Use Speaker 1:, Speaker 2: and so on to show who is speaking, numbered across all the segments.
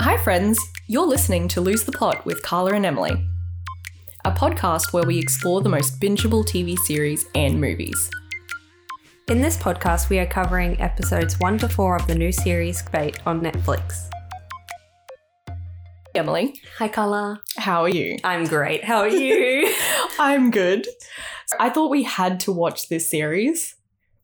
Speaker 1: Hi, friends. You're listening to Lose the Plot with Carla and Emily, a podcast where we explore the most bingeable TV series and movies.
Speaker 2: In this podcast, we are covering episodes 1 to 4 of the new series Fate on Netflix.
Speaker 1: Emily,
Speaker 2: Hi, Carla.
Speaker 1: how are you?
Speaker 2: I'm great. How are you?
Speaker 1: I'm good. I thought we had to watch this series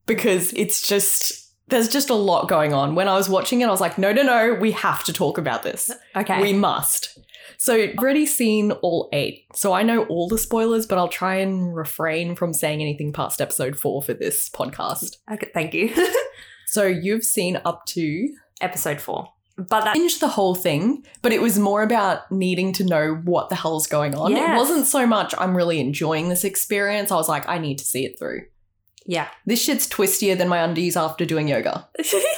Speaker 1: because it's just. There's just a lot going on. When I was watching it, I was like, no, no, no, we have to talk about this.
Speaker 2: okay.
Speaker 1: We must. So, I've already seen all eight. So, I know all the spoilers, but I'll try and refrain from saying anything past episode four for this podcast.
Speaker 2: okay thank you.
Speaker 1: So, you've seen up to
Speaker 2: Episode 4. But that.
Speaker 1: binge the whole thing, but it was more about needing to know what the hell's going on. It
Speaker 2: Yes.
Speaker 1: wasn't so much, I'm really enjoying this experience. I was like, I need to see it through.
Speaker 2: Yeah.
Speaker 1: This shit's twistier than my undies after doing yoga.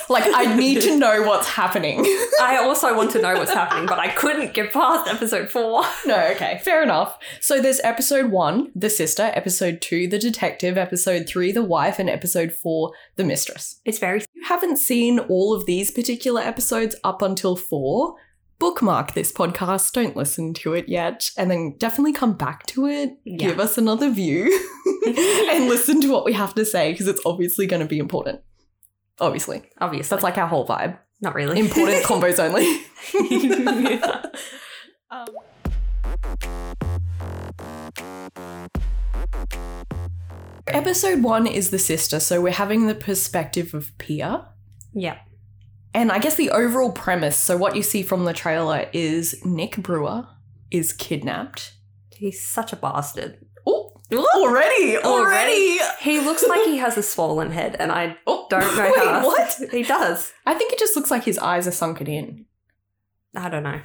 Speaker 1: Like, I need to know what's happening.
Speaker 2: I also want to know what's happening, but I couldn't get past episode 4.
Speaker 1: No, okay, fair enough. So there's episode one, the sister, episode two, the detective, episode three, the wife, and episode four, the mistress.
Speaker 2: It's very.
Speaker 1: If you haven't seen all of these particular episodes up until four, bookmark this podcast, don't listen to it yet, and then definitely come back to it,
Speaker 2: Yeah.
Speaker 1: give us another view, and listen to what we have to say because it's obviously going to be important. Obviously.
Speaker 2: Obviously.
Speaker 1: That's like our whole vibe.
Speaker 2: Not really.
Speaker 1: Important combos only. Episode one is the sister, so we're having the perspective of Pia.
Speaker 2: yeah.
Speaker 1: And I guess the overall premise so, what you see from the trailer is Nick Brewer is kidnapped.
Speaker 2: He's such a bastard.
Speaker 1: Oh, already,
Speaker 2: Already? He looks like he has a swollen head, and I
Speaker 1: Oh,
Speaker 2: don't know
Speaker 1: wait,
Speaker 2: how. else-
Speaker 1: what?
Speaker 2: He does.
Speaker 1: I think it just looks like his eyes are sunken in.
Speaker 2: I don't know.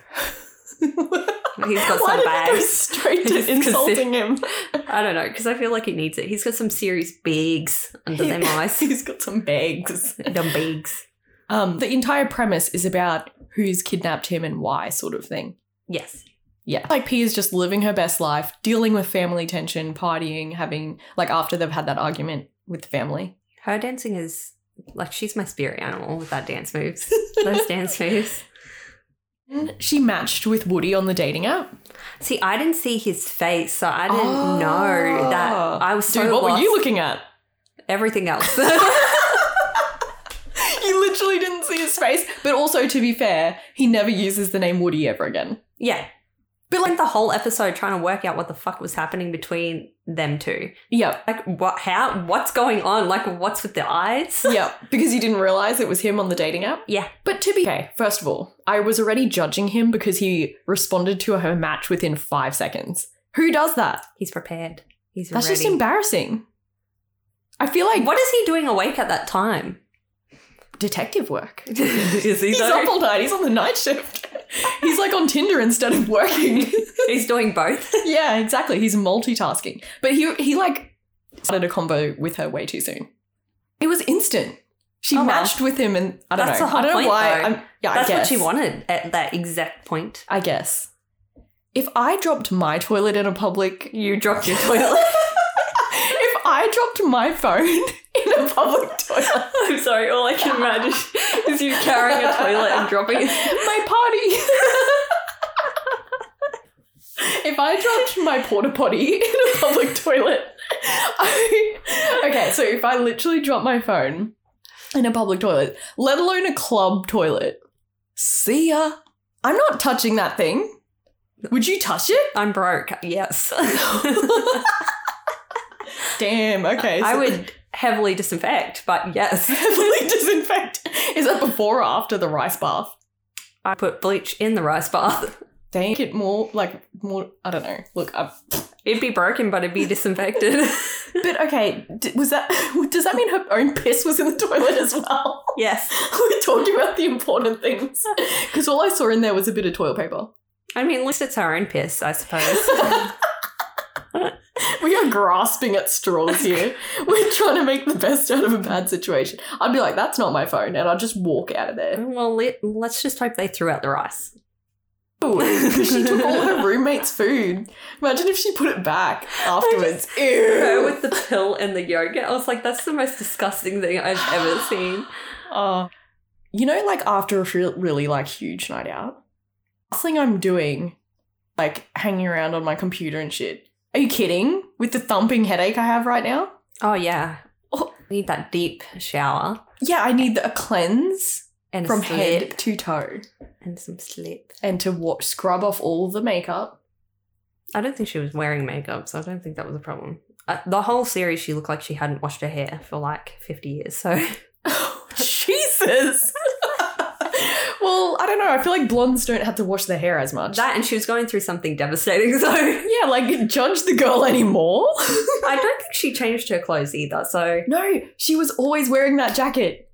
Speaker 1: He's
Speaker 2: He's got
Speaker 1: Why
Speaker 2: some
Speaker 1: did it go
Speaker 2: bags.
Speaker 1: straight
Speaker 2: Just 'cause
Speaker 1: to
Speaker 2: it-
Speaker 1: insulting him?
Speaker 2: I don't know because I feel like he needs it. He's got some serious bigs under
Speaker 1: He-
Speaker 2: them eyes.
Speaker 1: He's got some bags.
Speaker 2: Dumb bigs.
Speaker 1: Um, the entire premise is about who's kidnapped him and why, sort of thing.
Speaker 2: Yes.
Speaker 1: Yeah. Like P is just living her best life, dealing with family tension, partying, having like after they've had that argument with family.
Speaker 2: Her dancing is like she's my spirit animal with that dance moves. Those dance moves.
Speaker 1: And She matched with Woody on the dating app.
Speaker 2: See, I didn't see his face, so I didn't know that.
Speaker 1: Oh.
Speaker 2: I was so
Speaker 1: Dude, what
Speaker 2: lost.
Speaker 1: were you looking at?
Speaker 2: Everything else.
Speaker 1: You literally didn't see his face. But also, to be fair, he never uses the name Woody ever again.
Speaker 2: yeah. But like the whole episode trying to work out what the fuck was happening between them two.
Speaker 1: Yep.
Speaker 2: Like what how what's going on? Like what's with the eyes?
Speaker 1: Yep. Because you didn't realize it was him on the dating app.
Speaker 2: Yeah.
Speaker 1: But to be okay, first of all, I was already judging him because he responded to her match within five seconds. Who does that?
Speaker 2: He's prepared. He's
Speaker 1: That's just
Speaker 2: ready.
Speaker 1: embarrassing. I feel like
Speaker 2: What is he doing awake at that time?
Speaker 1: detective work.
Speaker 2: is he
Speaker 1: He's
Speaker 2: though?
Speaker 1: up all night. He's on the night shift. He's like on Tinder instead of working.
Speaker 2: He's doing both.
Speaker 1: yeah, exactly. He's multitasking. But he he like started a combo with her way too soon. It was instant. She
Speaker 2: Oh, well.
Speaker 1: matched with him, and I don't
Speaker 2: That's
Speaker 1: know.
Speaker 2: the whole
Speaker 1: I don't
Speaker 2: point,
Speaker 1: know why.
Speaker 2: though.
Speaker 1: I'm, yeah,
Speaker 2: That's
Speaker 1: I
Speaker 2: what
Speaker 1: guess.
Speaker 2: she wanted at that exact point.
Speaker 1: I guess. If I dropped my toilet in a public
Speaker 2: You dropped your toilet.
Speaker 1: if I dropped my phone in a public toilet,
Speaker 2: I'm sorry, all I can imagine is you carrying a toilet and dropping it.
Speaker 1: my potty. if I dropped my porta potty in a public toilet, I, okay, so if I literally dropped my phone in a public toilet, let alone a club toilet, see ya. I'm not touching that thing. Would you touch it?
Speaker 2: I'm broke. Yes.
Speaker 1: Damn. Okay.
Speaker 2: I
Speaker 1: so-
Speaker 2: would heavily disinfect, but yes.
Speaker 1: heavily disinfect. Is that before or after the rice bath?
Speaker 2: I put bleach in the rice bath.
Speaker 1: Think it more like more. I don't know. Look, i
Speaker 2: It'd be broken, but it'd be disinfected.
Speaker 1: but okay. d- was that? Does that mean her own piss was in the toilet as well?
Speaker 2: yes.
Speaker 1: We're talking about the important things because all I saw in there was a bit of toilet paper.
Speaker 2: I mean, at least it's her own piss, I suppose.
Speaker 1: we are grasping at straws here. We're trying to make the best out of a bad situation. I'd be like, "That's not my phone," and I'd just walk out of there.
Speaker 2: well, let, let's just hope they threw out the rice.
Speaker 1: Ooh, 'cause she took all her roommate's food. Imagine if she put it back afterwards. Ew.
Speaker 2: her with the pill and the yogurt. I was like, that's the most disgusting thing I've ever seen.
Speaker 1: Oh. You know, like after a re- really like huge night out, last thing I'm doing, like hanging around on my computer and shit. Are you kidding? With the thumping headache I have right now?
Speaker 2: Oh yeah.
Speaker 1: Oh.
Speaker 2: Need that deep shower
Speaker 1: Yeah, I need a cleanse
Speaker 2: and
Speaker 1: from
Speaker 2: a slip
Speaker 1: head to toe
Speaker 2: and some slip.
Speaker 1: and to wa- scrub off all the makeup.
Speaker 2: I don't think she was wearing makeup, so I don't think that was a problem. Uh, the whole series, she looked like she hadn't washed her hair for like fifty years. So
Speaker 1: Oh, Jesus. well, I don't know. I feel like blondes don't have to wash their hair as much.
Speaker 2: that, and she was going through something devastating. So I
Speaker 1: yeah, like judge the girl anymore.
Speaker 2: don't think she changed her clothes either. So
Speaker 1: no, she was always wearing that jacket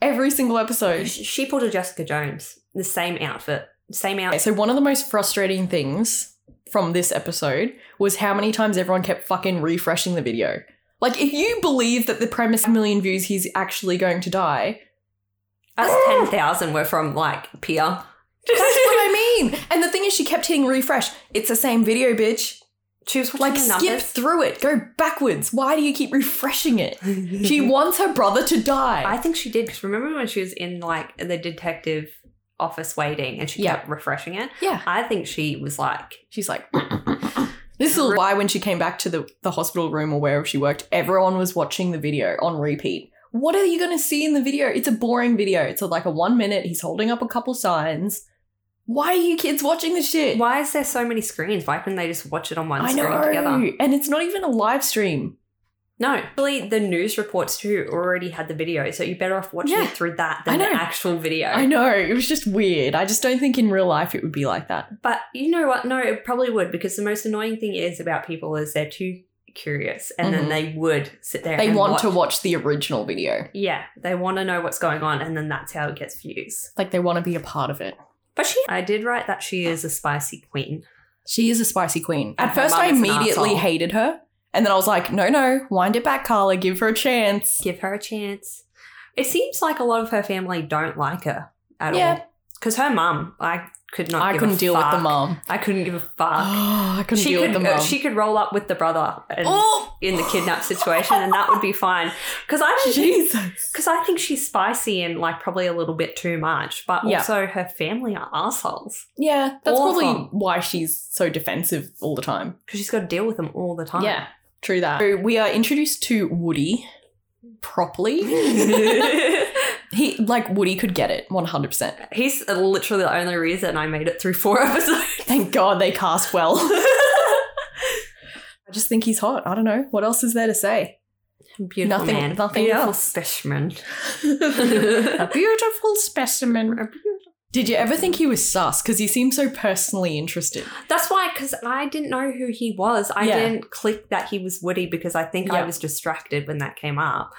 Speaker 1: every single episode.
Speaker 2: Sh- she pulled a Jessica Jones, the same outfit, same
Speaker 1: Okay,
Speaker 2: outfit.
Speaker 1: so one of the most frustrating things from this episode was how many times everyone kept fucking refreshing the video. Like, if you believe that the premise a million views, he's actually going to die.
Speaker 2: Us ten thousand were from like Pia.
Speaker 1: That's what I mean. And the thing is, she kept hitting refresh. It's the same video, bitch.
Speaker 2: She was watching
Speaker 1: Like,
Speaker 2: the
Speaker 1: skip
Speaker 2: numbers.
Speaker 1: through it. Go backwards. Why do you keep refreshing it? She wants her brother to
Speaker 2: I
Speaker 1: die.
Speaker 2: think she did because remember when she was in like the detective office waiting and she
Speaker 1: Yeah.
Speaker 2: kept refreshing it.
Speaker 1: yeah.
Speaker 2: I think she was like,
Speaker 1: She's like, this is why when she came back to the, the hospital room or wherever she worked, everyone was watching the video on repeat. What are you going to see in the video? It's a boring video. It's like a one minute. He's holding up a couple signs. Why are you kids watching this shit?
Speaker 2: "Why is there so many screens? Why couldn't they just watch it on one
Speaker 1: I
Speaker 2: screen
Speaker 1: know.
Speaker 2: together?"
Speaker 1: And it's not even a live stream.
Speaker 2: No, actually, the news reports too already had the video, so you're better off watching
Speaker 1: Yeah.
Speaker 2: it through that
Speaker 1: I
Speaker 2: than the
Speaker 1: know.
Speaker 2: actual video.
Speaker 1: I know. It was just weird. I just don't think in real life it would be like that.
Speaker 2: But you know what? No, it probably would because the most annoying thing is about people is they're too curious, and
Speaker 1: Mhm.
Speaker 2: then they would sit there.
Speaker 1: They
Speaker 2: and
Speaker 1: want to watch the original video,
Speaker 2: Yeah, they want to know what's going on, and then that's how it gets views.
Speaker 1: like they want to be a part of it.
Speaker 2: But she, I did write that she is a spicy queen.
Speaker 1: She is a spicy queen.
Speaker 2: And
Speaker 1: At
Speaker 2: her
Speaker 1: first, I
Speaker 2: mum is an
Speaker 1: immediately
Speaker 2: asshole.
Speaker 1: hated her. And then I was like, no, no, wind it back, Carla. Give her a chance.
Speaker 2: Give her a chance. It seems like a lot of her family don't like her at
Speaker 1: Yeah.
Speaker 2: all because her mum, I could not.
Speaker 1: I
Speaker 2: give
Speaker 1: couldn't
Speaker 2: a
Speaker 1: deal with the
Speaker 2: fuck.
Speaker 1: mum.
Speaker 2: I couldn't give a fuck.
Speaker 1: Oh, I couldn't
Speaker 2: she
Speaker 1: deal
Speaker 2: could,
Speaker 1: with the mum.
Speaker 2: she could roll up with the brother and,
Speaker 1: oh,
Speaker 2: in the kidnap situation, and that would be fine. Because I don't think
Speaker 1: Jesus.
Speaker 2: Because I think she's spicy and like probably a little bit too much, but
Speaker 1: Yeah.
Speaker 2: also her family are assholes
Speaker 1: Yeah, that's probably
Speaker 2: Awful.
Speaker 1: why she's so defensive all the time.
Speaker 2: because she's got to deal with them all the time.
Speaker 1: Yeah, true that. So we are introduced to Woody properly. he like Woody could get it 100%.
Speaker 2: He's literally the only reason I made it through four episodes.
Speaker 1: Thank God they cast well. I just think he's hot. I don't know. What else is there to say?
Speaker 2: Beautiful
Speaker 1: Nothing-
Speaker 2: man.
Speaker 1: nothing
Speaker 2: Beautiful
Speaker 1: else.
Speaker 2: specimen.
Speaker 1: a beautiful specimen. Did you ever think he was sus? Because he seemed so personally interested.
Speaker 2: That's why, because I didn't know who he was. I
Speaker 1: Yeah.
Speaker 2: didn't click that he was Woody because I think I
Speaker 1: Yeah.
Speaker 2: was distracted when that came up.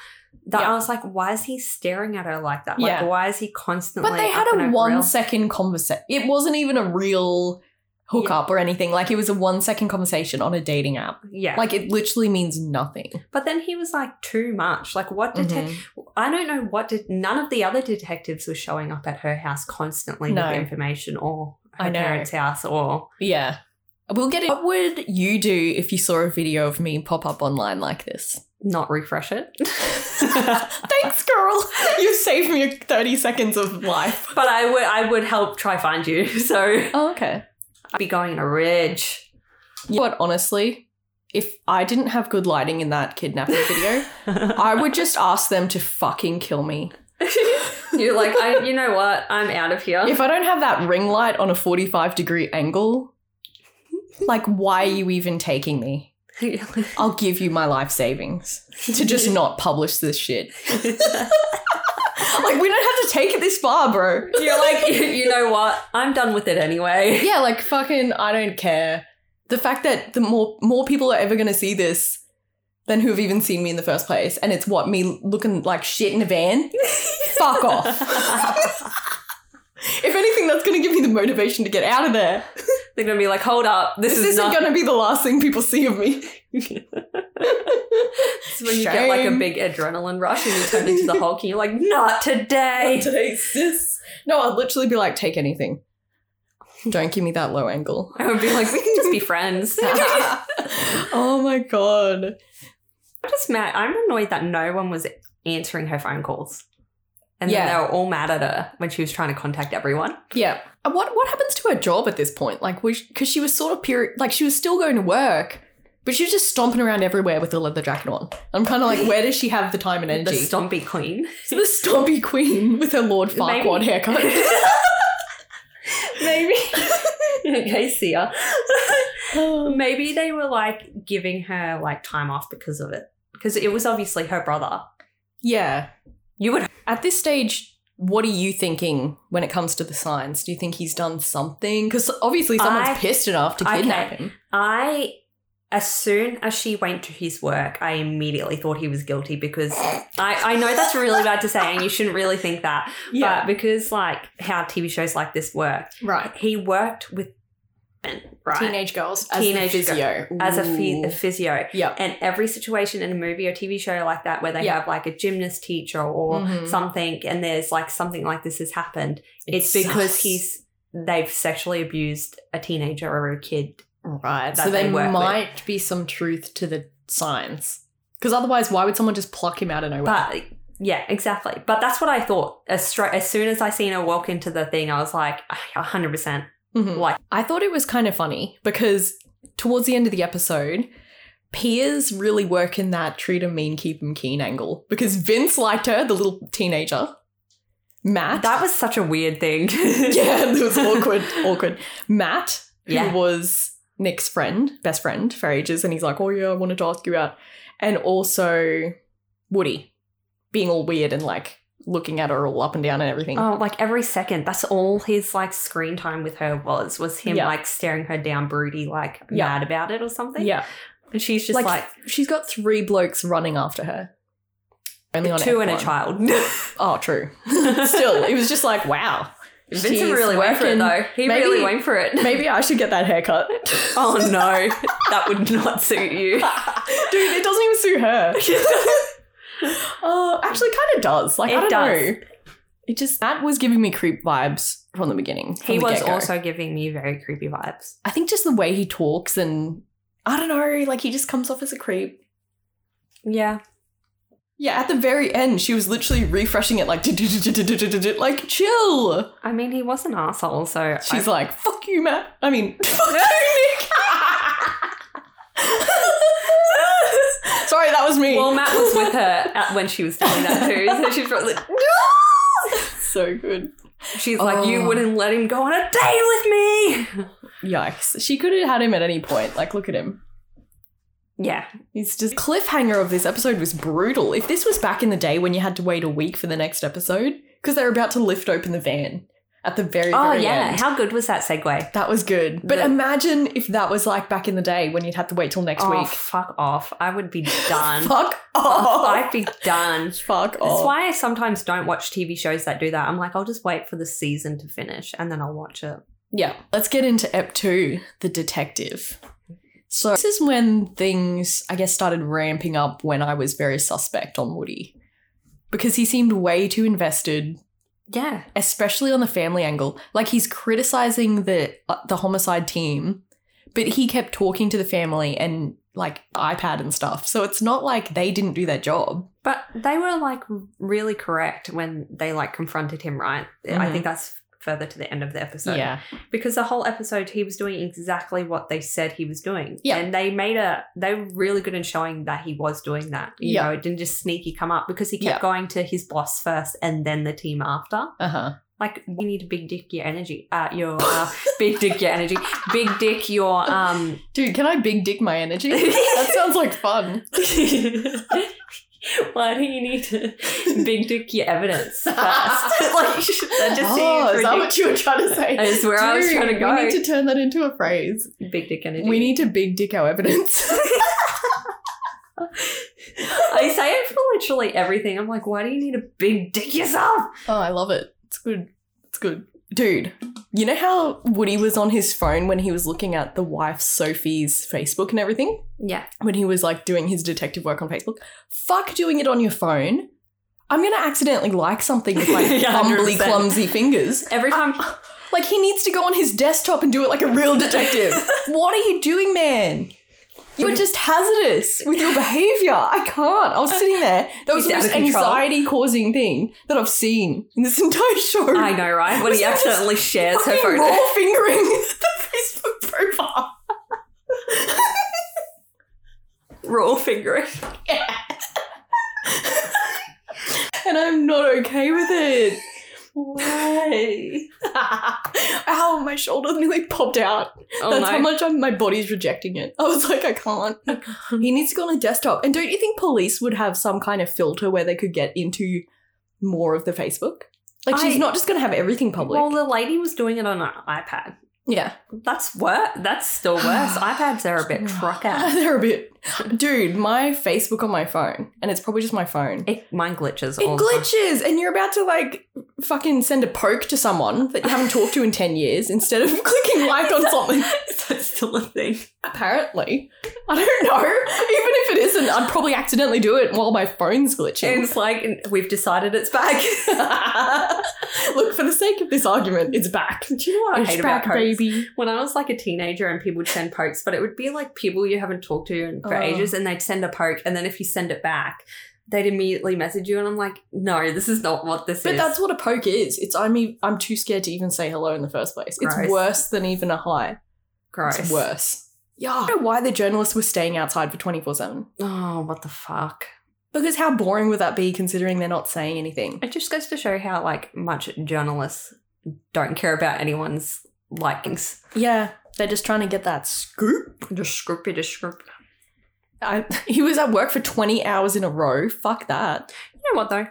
Speaker 2: That
Speaker 1: Yeah.
Speaker 2: I was like, why is he staring at her like that? Like,
Speaker 1: Yeah.
Speaker 2: why is he constantly?
Speaker 1: But they had
Speaker 2: up in
Speaker 1: a
Speaker 2: her
Speaker 1: one
Speaker 2: grill?
Speaker 1: second conversation. It wasn't even a real hookup or anything. Like it was a one second conversation on a dating app.
Speaker 2: Yeah.
Speaker 1: Like it literally means nothing.
Speaker 2: But then he was like too much. Like what detective?
Speaker 1: Mhm.
Speaker 2: I don't know what did. None of the other detectives were showing up at her house constantly
Speaker 1: No.
Speaker 2: with information or her
Speaker 1: I know.
Speaker 2: parents' house or.
Speaker 1: Yeah. We'll get it. What would you do if you saw a video of me pop up online like this?
Speaker 2: Not refresh it,
Speaker 1: Thanks, girl. You saved me 30 seconds of life.
Speaker 2: but I would I would help try find you. So I'd
Speaker 1: Oh, okay.
Speaker 2: be going in a ridge.
Speaker 1: But honestly, if I didn't have good lighting in that kidnapping video,
Speaker 2: You're
Speaker 1: I would just ask them to fucking kill me.
Speaker 2: like, I, you know what? I'm out of here.
Speaker 1: If I don't have that ring light on a 45 degree angle, like, why are you even taking me? I'll give you my life savings to just not publish this shit. Like, we don't have to take it this far, bro.
Speaker 2: You're like, you, you know what? I'm done with it anyway.
Speaker 1: Yeah, like, fucking, I don't care. The fact that the more more people are ever going to see this than who have even seen me in the first place, and it's what me looking like shit in a van. Fuck off. if anything, that's going to give me the motivation to get out of there.
Speaker 2: They're gonna be like, hold up, this,
Speaker 1: This,
Speaker 2: is
Speaker 1: isn't
Speaker 2: not
Speaker 1: going to be the last thing people see of me.
Speaker 2: It's when you get like a
Speaker 1: Shame.
Speaker 2: big adrenaline rush and you turn into the Hulk and you're like, not today.
Speaker 1: Today, sis. No, I'll literally be like, take anything. Don't give me that low angle.
Speaker 2: I would be like, we can just be friends. I'm
Speaker 1: oh my god.
Speaker 2: just mad. I'm annoyed that no one was answering her phone calls. And
Speaker 1: Yeah.
Speaker 2: then they were all mad at her when she was trying to contact everyone.
Speaker 1: Yeah. And What what happens to her job at this point? Like, because she, 'cause she was sort of period, like she was still going to work, but she was just stomping around everywhere with the leather jacket on. I'm kind of like, where does she have the time and
Speaker 2: The
Speaker 1: energy?
Speaker 2: stompy queen.
Speaker 1: the stompy queen with her Lord
Speaker 2: Maybe-
Speaker 1: Farquaad haircut.
Speaker 2: Maybe. okay, see ya. Maybe they were like giving her like time off because of it. Because it was obviously her brother.
Speaker 1: yeah.
Speaker 2: You would.
Speaker 1: At this stage, what are you thinking when it comes to the signs? Do you think he's done something? Because obviously, someone's
Speaker 2: I-
Speaker 1: pissed enough to
Speaker 2: Okay.
Speaker 1: kidnap him.
Speaker 2: I, as soon as she went to his work, I immediately thought he was guilty because I, I know that's really bad to say and you shouldn't really think that. But because like how TV shows like this work,
Speaker 1: right.
Speaker 2: he worked with men, right?
Speaker 1: Teenage girls as
Speaker 2: Teenage
Speaker 1: a physio.
Speaker 2: as a, phy-
Speaker 1: Ooh.
Speaker 2: a physio.
Speaker 1: Yep.
Speaker 2: And every situation in a movie or TV show like that where they
Speaker 1: Yeah.
Speaker 2: have like a gymnast teacher or
Speaker 1: Mhm.
Speaker 2: something and there's like something like this has happened, it's,
Speaker 1: It
Speaker 2: because
Speaker 1: sucks.
Speaker 2: he's they've sexually abused a teenager or a kid.
Speaker 1: Right.
Speaker 2: that
Speaker 1: So
Speaker 2: they
Speaker 1: there
Speaker 2: work with.
Speaker 1: might be some truth to the signs. Because otherwise, why would someone just pluck him out of nowhere?
Speaker 2: But yeah, exactly. But that's what I thought. As, stra- as soon as I seen her walk into the thing, I was like, "Ah, 100%.
Speaker 1: Mhm.
Speaker 2: Like,
Speaker 1: I thought it was kind of funny because towards the end of the episode, Piers really work in that treat him mean, keep him keen angle because Vince liked her, the little teenager. Matt.
Speaker 2: that was such a weird thing.
Speaker 1: yeah, it was awkward, awkward. Matt, who
Speaker 2: Yeah.
Speaker 1: was Nick's friend, best friend for ages, and he's like, "Oh yeah, I wanted to ask you out," and also Woody being all weird and like looking at her all up and down and everything.
Speaker 2: Oh, like every second. That's all his like screen time with her was was him
Speaker 1: Yeah.
Speaker 2: like staring her down, broody, like
Speaker 1: Yeah.
Speaker 2: mad about it or something.
Speaker 1: yeah,
Speaker 2: and she's just
Speaker 1: Like,
Speaker 2: like,
Speaker 1: she's got three blokes running after her. Only on
Speaker 2: two and a
Speaker 1: F1.
Speaker 2: child.
Speaker 1: Oh, true. Still, it was just like, wow.
Speaker 2: Vincent
Speaker 1: She's
Speaker 2: really went for it
Speaker 1: working.
Speaker 2: though. He
Speaker 1: Maybe-
Speaker 2: really went for it.
Speaker 1: Maybe I should get that haircut.
Speaker 2: Oh no, that would not suit you.
Speaker 1: Dude, it doesn't even suit her. Oh, actually, kind of does. Like,
Speaker 2: It
Speaker 1: I don't
Speaker 2: does.
Speaker 1: know. It just that was giving me creep vibes from the beginning. from
Speaker 2: He
Speaker 1: the
Speaker 2: was
Speaker 1: get-go.
Speaker 2: also giving me very creepy vibes.
Speaker 1: I think, just the way he talks and I don't know, like he just comes off as a creep.
Speaker 2: Yeah.
Speaker 1: Yeah, at the very end, she was literally refreshing it like, like chill.
Speaker 2: I mean, he was an asshole, so
Speaker 1: She's like, fuck you, Matt. I mean, fuck you, Nick. Sorry, that was me.
Speaker 2: well, Matt was with her at, when she was telling that too, so she's probably
Speaker 1: so good.
Speaker 2: she's like,
Speaker 1: Oh.
Speaker 2: "You wouldn't let him go on a date with me."
Speaker 1: Yikes. She could have had him at any point. Like, look at him.
Speaker 2: Yeah,
Speaker 1: He's just cliffhanger of this episode was brutal. If this was back in the day when you had to wait a week for the next episode, because they're about to lift open the van at the very,
Speaker 2: Oh
Speaker 1: very
Speaker 2: yeah,
Speaker 1: end.
Speaker 2: how good was that segue?
Speaker 1: that was good. But
Speaker 2: The-
Speaker 1: imagine if that was like back in the day when you'd have to wait till next
Speaker 2: oh
Speaker 1: week.
Speaker 2: fuck off! I would be done.
Speaker 1: Fuck off.
Speaker 2: I'd be done.
Speaker 1: Fuck
Speaker 2: That's
Speaker 1: off.
Speaker 2: why I sometimes don't watch TV shows that do that. I'm like, I'll just wait for the season to finish and then I'll watch it.
Speaker 1: Yeah. Let's get into Ep 2, The Detective. So, this is when things, I guess, started ramping up when I was very suspect on Woody because he seemed way too invested,
Speaker 2: Yeah,
Speaker 1: especially on the family angle. Like, he's criticizing the, uh, the homicide team, but he kept talking to the family and like iPad and stuff. So, it's not like they didn't do their job.
Speaker 2: but they were like really correct when they like confronted him, right? I
Speaker 1: Mhm.
Speaker 2: think that's further to the end of the episode. because the whole episode he was doing exactly what they said he was doing.
Speaker 1: Yeah.
Speaker 2: And they made a they were really good in showing that he was doing that. You
Speaker 1: Yeah.
Speaker 2: know, it didn't just sneaky come up because he kept
Speaker 1: Yeah.
Speaker 2: going to his boss first and then the team after.
Speaker 1: Uh huh.
Speaker 2: Like you need to big dick your energy. Uh your uh, big dick your energy. Big dick your um
Speaker 1: Dude, can I big dick my energy? that sounds like fun.
Speaker 2: why do you need to big dick your evidence first? like that just
Speaker 1: oh,
Speaker 2: seems
Speaker 1: is that what
Speaker 2: ridiculous.
Speaker 1: you were trying to say?
Speaker 2: That's where I was
Speaker 1: Dude,
Speaker 2: trying to go.
Speaker 1: We need to turn that into a phrase.
Speaker 2: Big dick energy.
Speaker 1: We need to big dick our evidence.
Speaker 2: I say it for literally everything. I'm like, why do you need to big dick yourself?
Speaker 1: oh, I love it. It's good. It's good. Dude, you know how Woody was on his phone when he was looking at the wife Sophie's Facebook and everything?
Speaker 2: Yeah.
Speaker 1: When he was like doing his detective work on Facebook? Fuck doing it on your phone. I'm gonna accidentally like something with my
Speaker 2: Yeah,
Speaker 1: fumbly,
Speaker 2: 100%.
Speaker 1: clumsy fingers.
Speaker 2: Every time
Speaker 1: Like he needs to go on his desktop and do it like a real detective. what are you doing, man? You're just hazardous with your behavior. I can't. I was sitting there. That was
Speaker 2: He's
Speaker 1: the
Speaker 2: out
Speaker 1: most
Speaker 2: of control.
Speaker 1: anxiety causing thing that I've seen in this entire show.
Speaker 2: I know, right? When he accidentally shares her
Speaker 1: Fucking
Speaker 2: photo.
Speaker 1: raw fingering the Facebook profile.
Speaker 2: Raw fingering.
Speaker 1: And I'm not okay with it.
Speaker 2: Why?
Speaker 1: Ow, my shoulder nearly popped out.
Speaker 2: Oh
Speaker 1: That's how
Speaker 2: no.
Speaker 1: much I'm, my body's rejecting it. I was like, I can't. he needs to go on a desktop. And don't you think police would have some kind of filter where they could get into more of the Facebook? Like, she's
Speaker 2: I-
Speaker 1: not just going to have everything public.
Speaker 2: Well, the lady was doing it on an iPad.
Speaker 1: yeah.
Speaker 2: That's worse. That's still worse. iPads are a bit trucker.
Speaker 1: They're a bit. Dude, my Facebook on my phone, and it's probably just my phone. It,
Speaker 2: It, mine glitches. all the time.
Speaker 1: glitches, and you're about to like fucking send a poke to someone that you haven't talked to in 10 years instead of clicking like on something.
Speaker 2: Is that still a thing?
Speaker 1: Apparently. I don't know. Even if it isn't, I'd probably accidentally do it while my phone's glitching.
Speaker 2: It's like we've decided it's back.
Speaker 1: Look, for the sake of this argument, it's back.
Speaker 2: Do you know what I
Speaker 1: It's
Speaker 2: hate about
Speaker 1: back,
Speaker 2: pokes?
Speaker 1: baby.
Speaker 2: When I was like a teenager and people would send pokes, but it would be like people you haven't talked to in- for
Speaker 1: Oh.
Speaker 2: ages and they'd send a poke and then if you send it back, they'd immediately message you and I'm like, no, this is not what this
Speaker 1: But
Speaker 2: is.
Speaker 1: that's what a poke is. It's I'm e- I'm too scared to even say hello in the first place.
Speaker 2: Gross.
Speaker 1: It's worse than even a hi.
Speaker 2: gross.
Speaker 1: It's worse. Yeah. I don't know why the journalists were staying outside for 24 7.
Speaker 2: Oh, what the fuck.
Speaker 1: Because how boring would that be considering they're not saying anything?
Speaker 2: It just goes to show how like much journalists don't care about anyone's likings.
Speaker 1: Yeah, they're just trying to get that scoop.
Speaker 2: Just scrippy just scrip.
Speaker 1: I, he was at work for 20 hours in a row. Fuck that.
Speaker 2: You know what though?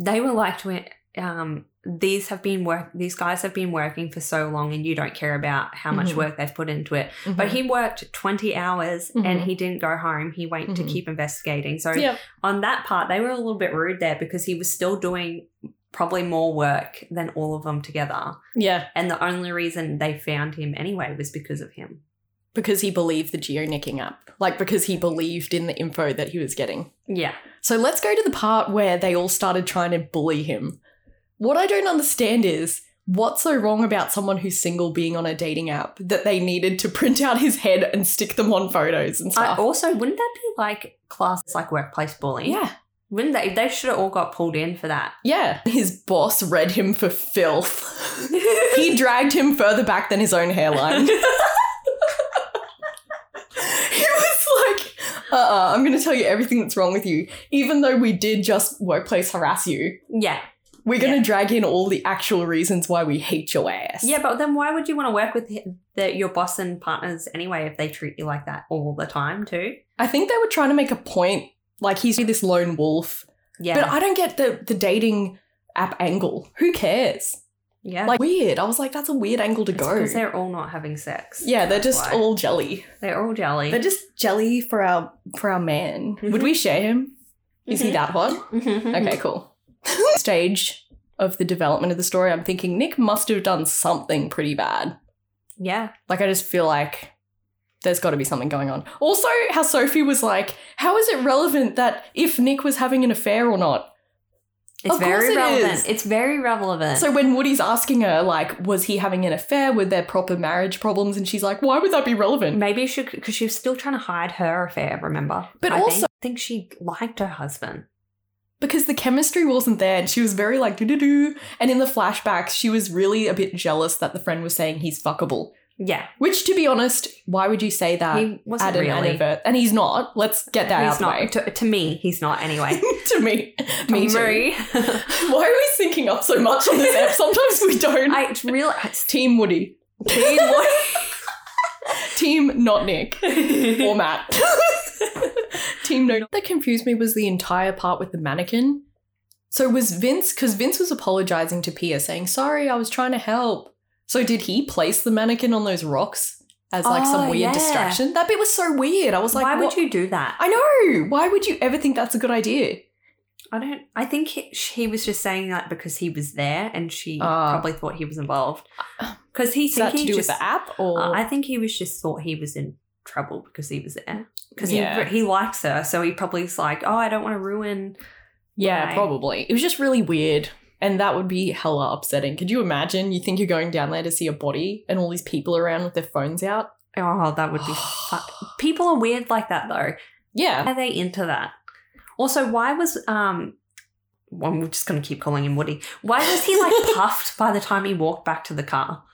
Speaker 2: They were like to it. Um, these have been work. These guys have been working for so long, and you don't care about how much
Speaker 1: Mhm.
Speaker 2: work they've put into it. But he worked twenty hours, and
Speaker 1: Mhm.
Speaker 2: he didn't go home. He went to
Speaker 1: Mhm.
Speaker 2: keep investigating. So
Speaker 1: yeah,
Speaker 2: on that part, they were a little bit rude there because he was still doing probably more work than all of them together.
Speaker 1: yeah,
Speaker 2: And the only reason they found him anyway was because of him.
Speaker 1: because he believed the geonicking app, like because he believed in the info that he was getting.
Speaker 2: Yeah,
Speaker 1: So let's go to the part where they all started trying to bully him. What I don't understand is what's so wrong about someone who's single being on a dating app that they needed to print out his head and stick them on photos and
Speaker 2: I
Speaker 1: stuff.
Speaker 2: also wouldn't that be like classes like workplace bullying?
Speaker 1: yeah,
Speaker 2: wouldn't they? They should have all got pulled in for that.
Speaker 1: yeah. His boss read him for filth. he dragged him further back than his own hairline. he was like, uh uh-uh, uh, i am going to tell you everything that's wrong with you. Even though we did just workplace harass you,
Speaker 2: yeah.
Speaker 1: we're going to
Speaker 2: Yeah.
Speaker 1: drag in all the actual reasons why we hate your ass.
Speaker 2: Yeah, but then why would you want to work with hi- the, your boss and partners anyway if they treat you like that all the time too?
Speaker 1: I think they were trying to make a point like he's this lone wolf.
Speaker 2: Yeah.
Speaker 1: But I don't get the, the dating app angle. Who cares?
Speaker 2: yeah.
Speaker 1: Like, weird. I was like, that's a weird angle to go.
Speaker 2: because they're all not having sex.
Speaker 1: yeah, they're just
Speaker 2: Why?
Speaker 1: all jelly.
Speaker 2: They're all jelly.
Speaker 1: They're just jelly for our for our man. Would we share him? Is he
Speaker 2: Mhm.
Speaker 1: that hot?
Speaker 2: okay.
Speaker 1: Okay, cool. Stage of the development of the story, I'm thinking Nick must have done something pretty bad.
Speaker 2: Yeah.
Speaker 1: Like, I just feel like there's got to be something going on. Also, how Sophie was like, how is it relevant that if Nick was having an affair or not?
Speaker 2: It's
Speaker 1: Of course
Speaker 2: very
Speaker 1: it
Speaker 2: relevant.
Speaker 1: is.
Speaker 2: It's very relevant.
Speaker 1: So, when Woody's asking her, like, was he having an affair? Were there proper marriage problems? And she's like, why would that be relevant?
Speaker 2: maybe she because she was still trying to hide her affair, remember?
Speaker 1: But
Speaker 2: I
Speaker 1: also-
Speaker 2: think, think she liked her husband.
Speaker 1: Because the chemistry wasn't there and she was very like, doo doo doo. And in the flashbacks, she was really a bit jealous that the friend was saying he's fuckable.
Speaker 2: Yeah.
Speaker 1: Which, to be honest, why would you say that?
Speaker 2: he wasn't
Speaker 1: at Uh, an
Speaker 2: really.
Speaker 1: advert, and he's not. Let's get that
Speaker 2: he's
Speaker 1: out
Speaker 2: not
Speaker 1: of
Speaker 2: to, to me, he's not
Speaker 1: the
Speaker 2: anyway.
Speaker 1: way. to me, me too.
Speaker 2: Marie.
Speaker 1: Why are we syncing up so much on this app? Sometimes we don't.
Speaker 2: I it's real it's
Speaker 1: Team Woody,
Speaker 2: teen
Speaker 1: team not Nick
Speaker 2: what-
Speaker 1: or Matt. team no. That confused me was the entire part with the mannequin. So was Vince because Vince was apologizing to Pia, saying sorry, I was trying to help. So did he place the mannequin on those rocks as like some
Speaker 2: Oh,
Speaker 1: weird
Speaker 2: yeah.
Speaker 1: distraction? That bit was so weird. I was like,
Speaker 2: Why
Speaker 1: what-
Speaker 2: would you do that?
Speaker 1: I know. Why would you ever think that's a good idea?
Speaker 2: I don't. I think he, he was just saying that because he was there, and she
Speaker 1: Ah.
Speaker 2: probably thought he was involved. Because he
Speaker 1: Is
Speaker 2: think
Speaker 1: that to
Speaker 2: he
Speaker 1: do
Speaker 2: just.
Speaker 1: with the app or
Speaker 2: Uh, I think he was just thought he was in trouble because he was there. Because
Speaker 1: Yeah.
Speaker 2: he he likes her, so he probably was like, oh, I don't want to ruin.
Speaker 1: yeah
Speaker 2: Right.
Speaker 1: probably it was just really weird and that would be hella upsetting could you imagine you think you're going down there to see a body and all these people around with their phones out
Speaker 2: Oh, that would be. fu- people are weird like that though.
Speaker 1: Yeah.
Speaker 2: Are they into that? Also, why was um well, we're just gonna keep calling him Woody. Why was he like puffed by the time he walked back to the car?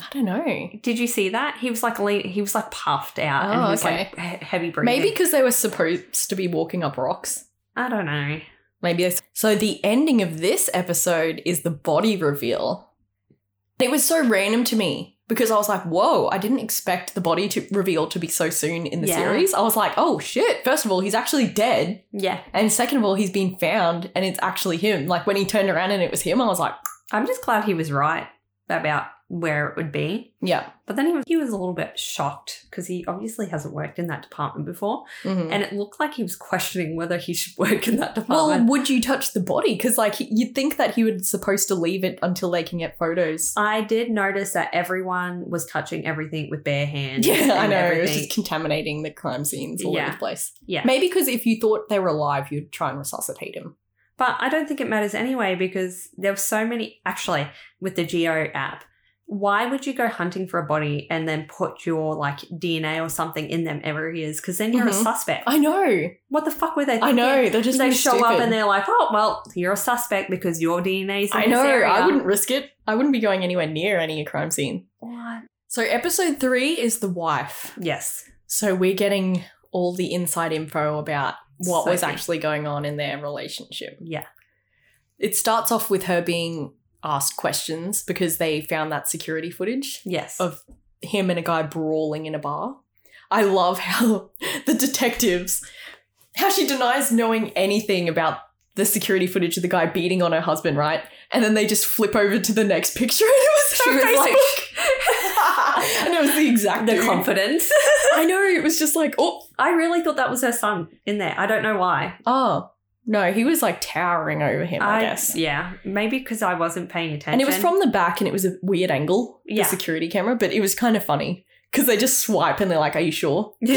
Speaker 1: I don't know.
Speaker 2: Did you see that? He was like lean, he was like puffed out and
Speaker 1: Oh,
Speaker 2: he was
Speaker 1: okay.
Speaker 2: like he- heavy breathing.
Speaker 1: Maybe because they were supposed to be walking up rocks.
Speaker 2: I don't know.
Speaker 1: Maybe they- so. The ending of this episode is the body reveal. It was so random to me because I was like, "Whoa!" I didn't expect the body to reveal to be so soon in the
Speaker 2: Yeah.
Speaker 1: series. I was like, "Oh shit!" First of all, he's actually dead,
Speaker 2: Yeah.
Speaker 1: and second of all, he's been found, and it's actually him. Like when he turned around and it was him, I was like,
Speaker 2: I'm just glad he was right about where it would be.
Speaker 1: "Yeah."
Speaker 2: But then he was, he was a little bit shocked because he obviously hasn't worked in that department before.
Speaker 1: Mhm.
Speaker 2: And it looked like he was questioning whether he should work in that department.
Speaker 1: well, would you touch the body? Because like he- you'd think that he was supposed to leave it until they can get photos.
Speaker 2: I did notice that everyone was touching everything with bare hands.
Speaker 1: Yeah, I
Speaker 2: and
Speaker 1: know. It was
Speaker 2: everything.
Speaker 1: just contaminating the crime scenes all over
Speaker 2: Yeah.
Speaker 1: the place.
Speaker 2: yeah.
Speaker 1: Maybe because if you thought they were alive, you'd try and resuscitate him.
Speaker 2: But I don't think it matters anyway because there were so many. Actually, with the Geo app, why would you go hunting for a body and then put your like DNA or something in them every years? Because then you're
Speaker 1: Mhm.
Speaker 2: a suspect.
Speaker 1: I know.
Speaker 2: what the fuck were they? Thinking?
Speaker 1: I know. They're just
Speaker 2: they
Speaker 1: being
Speaker 2: show up
Speaker 1: stupid.
Speaker 2: and they're like, "Oh, well, you're a suspect because your DNA's in
Speaker 1: I
Speaker 2: this
Speaker 1: know.
Speaker 2: area."
Speaker 1: I wouldn't risk it. I wouldn't be going anywhere near any crime scene.
Speaker 2: What?
Speaker 1: So episode three is the wife.
Speaker 2: Yes.
Speaker 1: So we're getting all the inside info about what was
Speaker 2: Sophie.
Speaker 1: actually going on in their relationship.
Speaker 2: Yeah.
Speaker 1: It starts off with her being asked questions because they found that security footage.
Speaker 2: Yes.
Speaker 1: Of- him and a guy brawling in a bar. I love how the detectives, how she denies knowing anything about the security footage of the guy beating on her husband, right? And then they just flip over to the next picture and it was
Speaker 2: She
Speaker 1: her
Speaker 2: was
Speaker 1: Facebook.
Speaker 2: like-
Speaker 1: and it was the exact
Speaker 2: the
Speaker 1: dude.
Speaker 2: confidence.
Speaker 1: I know it was just like, oh,
Speaker 2: I really thought that was her son in there. I don't know why.
Speaker 1: oh. No, he was like towering over him, I, guess.
Speaker 2: Yeah, maybe because I wasn't paying attention.
Speaker 1: And it was from the back and it was a weird angle,
Speaker 2: Yeah.
Speaker 1: the security camera, but it was kind of funny because they just swipe and they're like, are you sure? that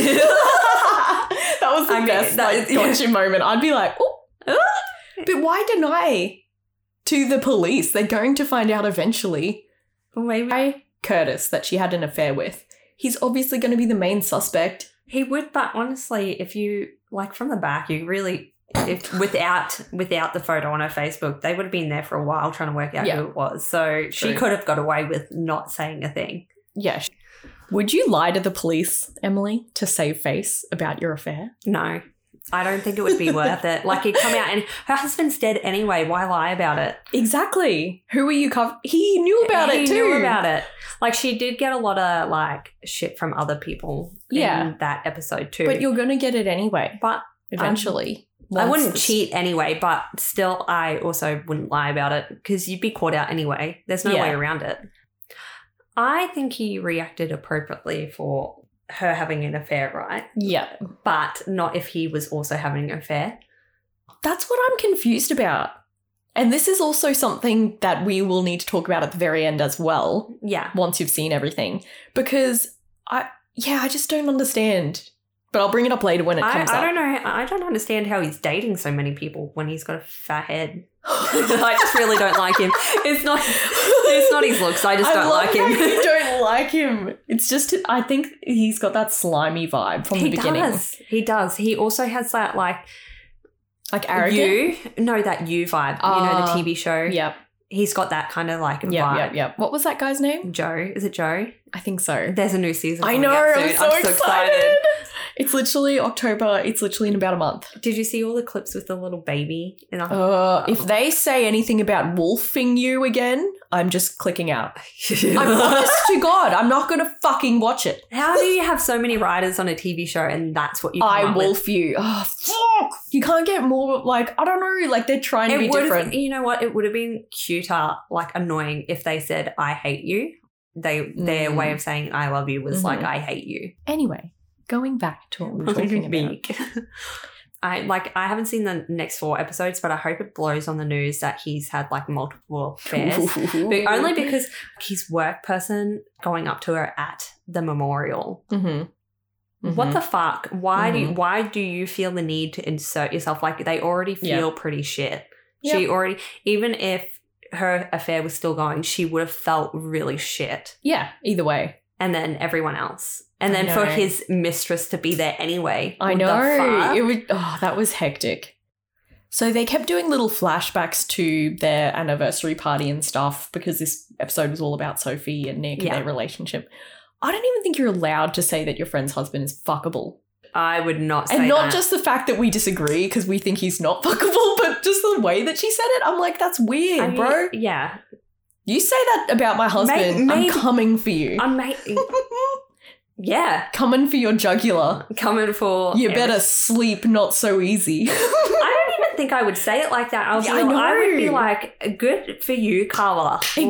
Speaker 1: was the
Speaker 2: I mean,
Speaker 1: best
Speaker 2: that
Speaker 1: like,
Speaker 2: is- yeah.
Speaker 1: gotcha moment. I'd be like, oh, but why deny to the police? They're going to find out eventually.
Speaker 2: Well, maybe
Speaker 1: I Curtis that she had an affair with. He's obviously going to be the main suspect.
Speaker 2: he would, but honestly, if you like from the back, you really if without without the photo on her Facebook, they would have been there for a while trying to work out
Speaker 1: Yeah.
Speaker 2: who it was. So she
Speaker 1: True.
Speaker 2: could have got away with not saying a thing.
Speaker 1: Yeah. sh- Would you lie to the police, Emily, to save face about your affair?
Speaker 2: No. I don't think it would be worth it. Like he'd come out and her husband's dead anyway. Why lie about it?
Speaker 1: Exactly. Who are you cov He knew about
Speaker 2: He
Speaker 1: it too.
Speaker 2: Knew about it. Like she did get a lot of like shit from other people
Speaker 1: Yeah.
Speaker 2: in that episode too.
Speaker 1: But you're going to get it anyway.
Speaker 2: But, um,
Speaker 1: eventually,
Speaker 2: I
Speaker 1: Once
Speaker 2: wouldn't
Speaker 1: the-
Speaker 2: cheat anyway, but still, I also wouldn't lie about it because you'd be caught out anyway. There's no
Speaker 1: Yeah.
Speaker 2: way around it. I think he reacted appropriately for her having an affair, right?
Speaker 1: Yeah.
Speaker 2: But not if he was also having an affair.
Speaker 1: That's what I'm confused about. And this is also something that we will need to talk about at the very end as well,
Speaker 2: Yeah.
Speaker 1: once you've seen everything. Because I, yeah, I just don't understand. But I'll bring it up later when it
Speaker 2: I,
Speaker 1: comes
Speaker 2: I
Speaker 1: up.
Speaker 2: don't know. I don't understand how he's dating so many people when he's got a fat head. I just really don't like him. It's not. It's not his looks. I just don't
Speaker 1: love
Speaker 2: like
Speaker 1: how you
Speaker 2: him.
Speaker 1: don't like him. It's just, I think he's got that slimy vibe from
Speaker 2: he
Speaker 1: the beginning.
Speaker 2: does. He does. He also has that like
Speaker 1: Like arrogant.
Speaker 2: You know that you vibe.
Speaker 1: Ah,
Speaker 2: you know the TV show.
Speaker 1: Yep.
Speaker 2: He's got that kind of like
Speaker 1: Yep.
Speaker 2: vibe.
Speaker 1: Yep. Yep. What was that guy's name?
Speaker 2: Joe, is it Joe?
Speaker 1: I think so.
Speaker 2: There's a new season.
Speaker 1: I
Speaker 2: coming
Speaker 1: know.
Speaker 2: out soon.
Speaker 1: I'm so, excited. It's literally October. It's literally in about a month.
Speaker 2: Did you see all the clips with the little baby? And I-
Speaker 1: Uh, if they say anything about wolfing you again, I'm just clicking out. I'm honest to God, I'm not gonna fucking watch it.
Speaker 2: How do you have so many writers on a TV show and that's what you? Come
Speaker 1: I
Speaker 2: up with?
Speaker 1: wolf you. Oh, fuck. You can't get more like I don't know. Like they're trying to
Speaker 2: It
Speaker 1: be
Speaker 2: would
Speaker 1: different.
Speaker 2: You know what? It would have been cuter, like annoying, if they said "I hate you." They their
Speaker 1: Mm.
Speaker 2: way of saying "I love you" was like
Speaker 1: Mhm.
Speaker 2: "I hate you."
Speaker 1: Anyway, going back to what we were talking about.
Speaker 2: Meek. I like I haven't seen the next four episodes, but I hope it blows on the news that he's had like multiple affairs. But only because his work person going up to her at the memorial.
Speaker 1: Mm-hmm. Mhm.
Speaker 2: What the fuck? Why do you,
Speaker 1: Mhm.
Speaker 2: why do you feel the need to insert yourself? Like they already
Speaker 1: Yeah.
Speaker 2: feel pretty shit. She
Speaker 1: Yeah.
Speaker 2: already even if her affair was still going, she would have felt really shit.
Speaker 1: yeah. Either way,
Speaker 2: and then everyone else. And then
Speaker 1: I
Speaker 2: for
Speaker 1: know.
Speaker 2: his mistress to be there anyway.
Speaker 1: I
Speaker 2: What the
Speaker 1: know.
Speaker 2: fuck?
Speaker 1: It would oh, that was hectic. So they kept doing little flashbacks to their anniversary party and stuff because this episode was all about Sophie and Nick
Speaker 2: Yeah.
Speaker 1: and their relationship. I don't even think you're allowed to say that your friend's husband is fuckable.
Speaker 2: I would not say
Speaker 1: and not
Speaker 2: that.
Speaker 1: just the fact that we disagree because we think he's not fuckable, but just the way that she said it. I'm like, that's weird,
Speaker 2: I mean,
Speaker 1: bro.
Speaker 2: Yeah.
Speaker 1: You say that about my husband,
Speaker 2: maybe-
Speaker 1: I'm coming for you.
Speaker 2: I'm ma- yeah.
Speaker 1: coming for your jugular.
Speaker 2: Coming for
Speaker 1: You
Speaker 2: everything.
Speaker 1: better sleep not so easy.
Speaker 2: I don't even think I would say it like that. I, was
Speaker 1: Yeah, I
Speaker 2: like, I, would
Speaker 1: know.
Speaker 2: be like, good for you, Carla.
Speaker 1: Exactly.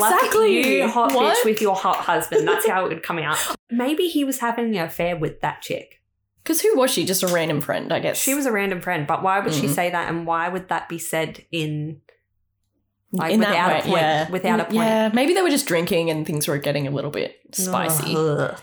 Speaker 2: Lucky you hot
Speaker 1: What?
Speaker 2: bitch with your hot husband. That's how it would come out. Maybe he was having an affair with that chick.
Speaker 1: Because who was she? Just a random friend, I guess.
Speaker 2: She was a random friend, but why would she
Speaker 1: Mhm.
Speaker 2: say that and why would that be said in like
Speaker 1: In that
Speaker 2: without a
Speaker 1: way,
Speaker 2: point?
Speaker 1: yeah. Mm,
Speaker 2: Without a point.
Speaker 1: Yeah, maybe they were just drinking and things were getting a little bit spicy.
Speaker 2: Ugh.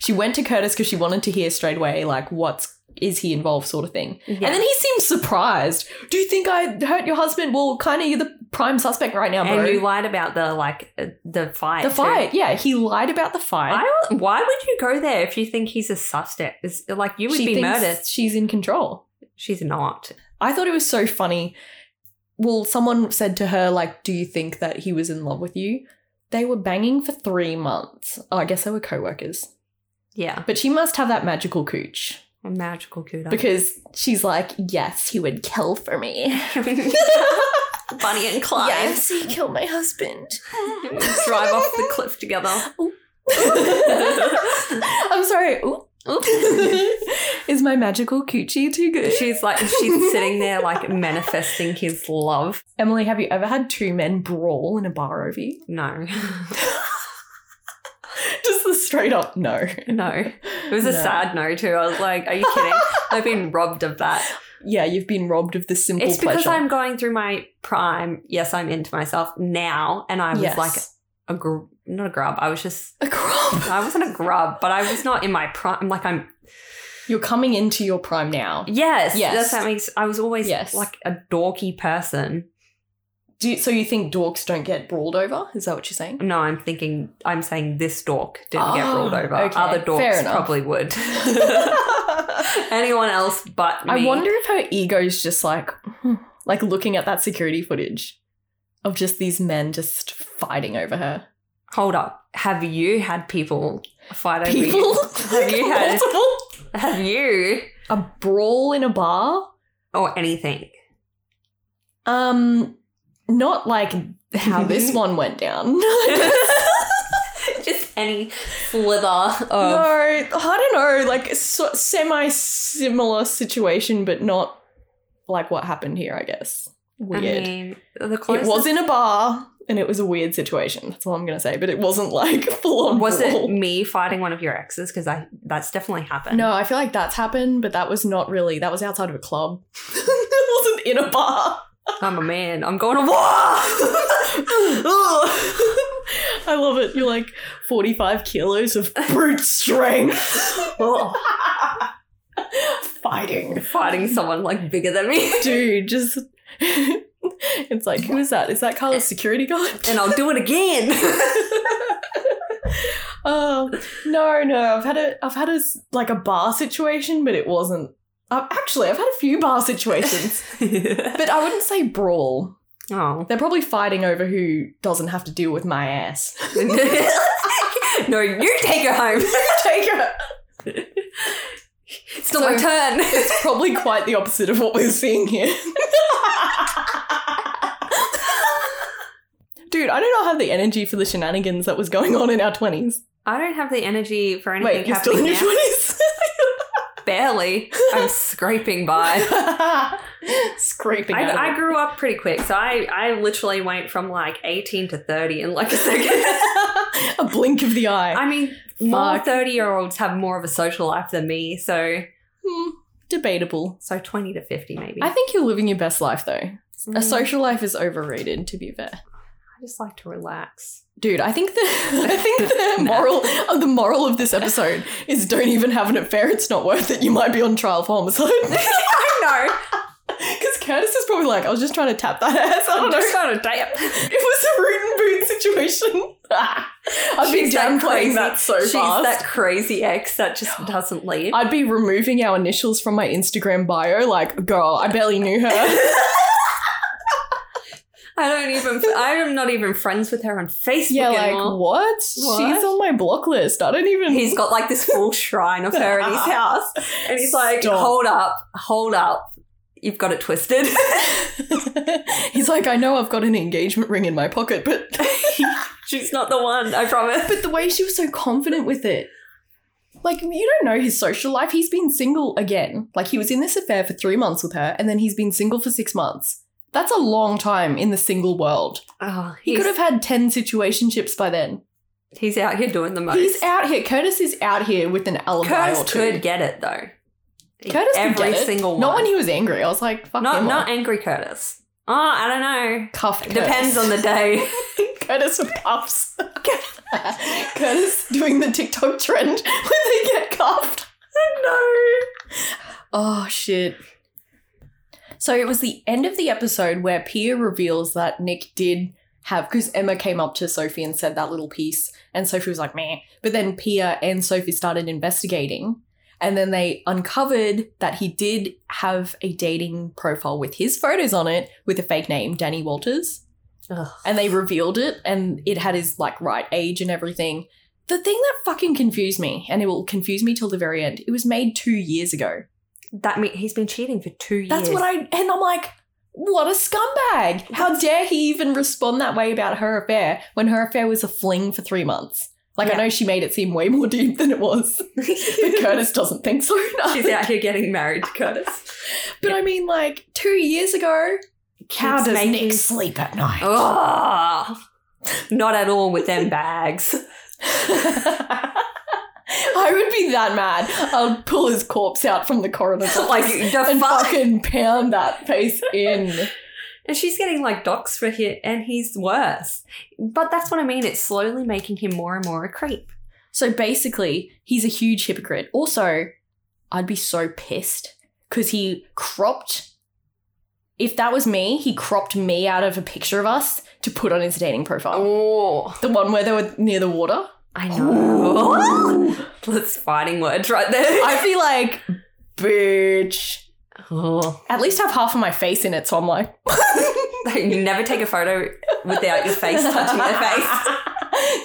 Speaker 1: She went to Curtis because she wanted to hear straight away, like, what's is he involved, sort of thing.
Speaker 2: Yeah.
Speaker 1: And then he seemed surprised. Do you think I hurt your husband? Well, kind of, you're the prime suspect right now, bro.
Speaker 2: and you lied about the like uh, the fight.
Speaker 1: the
Speaker 2: too.
Speaker 1: fight, yeah. He lied about the fight.
Speaker 2: I, don't- why would you go there if you think he's a suspect? It's, like you would
Speaker 1: She
Speaker 2: be
Speaker 1: thinks
Speaker 2: murdered.
Speaker 1: She's in control.
Speaker 2: She's not.
Speaker 1: I thought it was so funny. Well, someone said to her, like, do you think that he was in love with you? They were banging for three months. Oh, I guess they were co-workers.
Speaker 2: Yeah,
Speaker 1: But she must have that magical cooch.
Speaker 2: a magical kudo.
Speaker 1: Because she's like, yes, he would kill for me.
Speaker 2: Bunny and Clyde
Speaker 1: yes, he killed my husband.
Speaker 2: drive off the cliff together.
Speaker 1: I'm sorry. Ooh, ooh. Is my magical coochie too good?
Speaker 2: She's like she's sitting there like manifesting his love.
Speaker 1: Emily, have you ever had two men brawl in a bar over you?
Speaker 2: No,
Speaker 1: Just the straight up no.
Speaker 2: no, it was a
Speaker 1: No.
Speaker 2: sad no too. I was like, are you kidding? I've been robbed of that.
Speaker 1: Yeah, you've been robbed of the simple
Speaker 2: It's because
Speaker 1: pleasure.
Speaker 2: I'm going through my prime. Yes, I'm into myself now, and I was like a gr- not a grub. I was just
Speaker 1: like a crop.
Speaker 2: I wasn't a grub, but I was not in my prime. I'm Like I'm
Speaker 1: You're coming into your prime now.
Speaker 2: yes,
Speaker 1: Yes.
Speaker 2: That's that makes. I was always
Speaker 1: Yes.
Speaker 2: like a dorky person.
Speaker 1: Do you, so you think dorks don't get brawled over? Is that what you're saying?
Speaker 2: No, I'm thinking. I'm saying this dork didn't get
Speaker 1: Oh,
Speaker 2: rolled over.
Speaker 1: okay.
Speaker 2: Other
Speaker 1: Fair
Speaker 2: dorks
Speaker 1: enough.
Speaker 2: probably would.
Speaker 1: I
Speaker 2: Anyone else but me.
Speaker 1: wonder if her ego's just like, hmm, like looking at that security footage of just these men just fighting over her.
Speaker 2: Hold up. Have you had people fight over
Speaker 1: People,
Speaker 2: you? Have you had-
Speaker 1: Multiple-
Speaker 2: Have you
Speaker 1: a brawl in a bar?
Speaker 2: or anything?
Speaker 1: Um, not like how this one went down.
Speaker 2: Just any slither of.
Speaker 1: no, I don't know. Like so, semi similar situation, but not like what happened here. I guess
Speaker 2: I
Speaker 1: weird.
Speaker 2: mean, the
Speaker 1: it
Speaker 2: closest
Speaker 1: was in a bar, and it was a weird situation. That's all I'm gonna say. But it wasn't like full on.
Speaker 2: was it me fighting one of your exes? Because I that's definitely happened.
Speaker 1: No, I feel like that's happened, but that was not really. That was outside of a club. it wasn't in a bar.
Speaker 2: I'm a man. I'm going to war.
Speaker 1: I love it. You're like 45 kilos of brute strength. Fighting.
Speaker 2: Fighting someone like bigger than me,
Speaker 1: dude, just it's like, who is that? Is that Carla's security guard?
Speaker 2: and I'll do it again.
Speaker 1: Oh no, no, I've had a, I've had a s- like a bar situation, but it wasn't. Uh, actually, I've had a few bar situations, but I wouldn't say brawl.
Speaker 2: oh
Speaker 1: They're probably fighting over who doesn't have to deal with my ass.
Speaker 2: no! You take her home.
Speaker 1: Take it.
Speaker 2: It's not my turn.
Speaker 1: It's probably quite the opposite of what we're seeing here. Dude, I do not have the energy for the shenanigans that was going on in our twenties.
Speaker 2: I don't have the energy for anything
Speaker 1: Wait, you're still
Speaker 2: happening
Speaker 1: in your
Speaker 2: now.
Speaker 1: twenties?
Speaker 2: Barely. I'm scraping by.
Speaker 1: Scraping. out of
Speaker 2: I, I
Speaker 1: it.
Speaker 2: grew up pretty quick, so I, I literally went from like 18 to 30 in like a second.
Speaker 1: a blink of the eye.
Speaker 2: I mean, more
Speaker 1: Fuck.
Speaker 2: 30 year olds have more of a social life than me, so
Speaker 1: Hmm, debatable.
Speaker 2: so 20 to 50 maybe.
Speaker 1: I think you're living your best life though.
Speaker 2: Mm,
Speaker 1: A social life is overrated, to be fair.
Speaker 2: I just like to relax.
Speaker 1: Dude, I think the I think the
Speaker 2: No.
Speaker 1: moral of the moral of this episode is don't even have an affair. It's not worth it. You might be on trial for homicide.
Speaker 2: I know.
Speaker 1: Because Curtis is probably like, I was just trying to tap that ass. I don't
Speaker 2: I'm
Speaker 1: know.
Speaker 2: just on a day.
Speaker 1: It was a root and boot situation. I I'd be
Speaker 2: She's that
Speaker 1: downplaying
Speaker 2: crazy-
Speaker 1: that so
Speaker 2: She's
Speaker 1: fast.
Speaker 2: that crazy ex that just doesn't leave.
Speaker 1: I'd be removing our initials from my Instagram bio. Like, girl, I barely knew her.
Speaker 2: I don't even. I am not even friends with her on Facebook
Speaker 1: yeah, like
Speaker 2: anymore.
Speaker 1: what? She's
Speaker 2: What?
Speaker 1: on my block list. I don't even.
Speaker 2: He's got like this full shrine of her in his house, and he's like,
Speaker 1: Stop.
Speaker 2: "Hold up, hold up, you've got it twisted."
Speaker 1: He's like, I know I've got an engagement ring in my pocket, but
Speaker 2: She's not the one. I promise.
Speaker 1: but the way she was so confident with it. Like you don't know his social life. He's been single again. Like he was in this affair for 3 months with her and then he's been single for 6 months. That's a long time in the single world.
Speaker 2: Oh,
Speaker 1: He
Speaker 2: he's,
Speaker 1: could have had 10 situationships by then.
Speaker 2: he's out here doing the most.
Speaker 1: He's out here. Curtis is out here with an alibi
Speaker 2: Curtis
Speaker 1: or two.
Speaker 2: could get it though.
Speaker 1: Curtis could
Speaker 2: every
Speaker 1: get it.
Speaker 2: single one.
Speaker 1: Not when he was angry. I was like, fuck
Speaker 2: not
Speaker 1: him.
Speaker 2: not
Speaker 1: off.
Speaker 2: angry Curtis. Oh, I don't know.
Speaker 1: cuffed. Curtis.
Speaker 2: Depends on the day.
Speaker 1: Curtis with cuffs. Curtis doing the TikTok trend when they get cuffed.
Speaker 2: no.
Speaker 1: Oh shit. So it was the end of the episode where Pia reveals that Nick did have because Emma came up to Sophie and said that little piece, and Sophie was like, meh. But then Pia and Sophie started investigating, and then they uncovered that he did have a dating profile with his photos on it with a fake name, Danny Walters.
Speaker 2: Ugh.
Speaker 1: and they revealed it and it had his like right age and everything. The thing that fucking confused me, and it will confuse me till the very end, it was made two years ago.
Speaker 2: That mean he's been cheating for two
Speaker 1: That's
Speaker 2: years.
Speaker 1: what I and I'm like, what a scumbag. How dare he even respond that way about her affair when her affair was a fling for three months? Like I
Speaker 2: Yeah.
Speaker 1: know she made it seem way more deep than it was. but Curtis doesn't think so. no.
Speaker 2: She's out here getting married to Curtis.
Speaker 1: But I mean, like, two years ago, how
Speaker 2: Keeps
Speaker 1: does
Speaker 2: making- Oh,
Speaker 1: Nick sleep at night?
Speaker 2: Ugh. Not at all with them bags.
Speaker 1: I would be that mad. I'll pull his corpse out from the coroner's office
Speaker 2: like the
Speaker 1: and
Speaker 2: fuck.
Speaker 1: fucking pound that face in.
Speaker 2: And she's getting like docs for hit, and he's worse. But that's what I mean. It's slowly making him more and more a creep.
Speaker 1: So basically, he's a huge hypocrite. Also, I'd be so pissed because he cropped. If that was me, he cropped me out of a picture of us to put on his dating profile.
Speaker 2: Oh,
Speaker 1: The one where they were near the water.
Speaker 2: I know. That's fighting words right there.
Speaker 1: I'd be like, bitch.
Speaker 2: oh.
Speaker 1: At least have half of my face in it, so I'm like,
Speaker 2: You never take a photo without your face touching their face.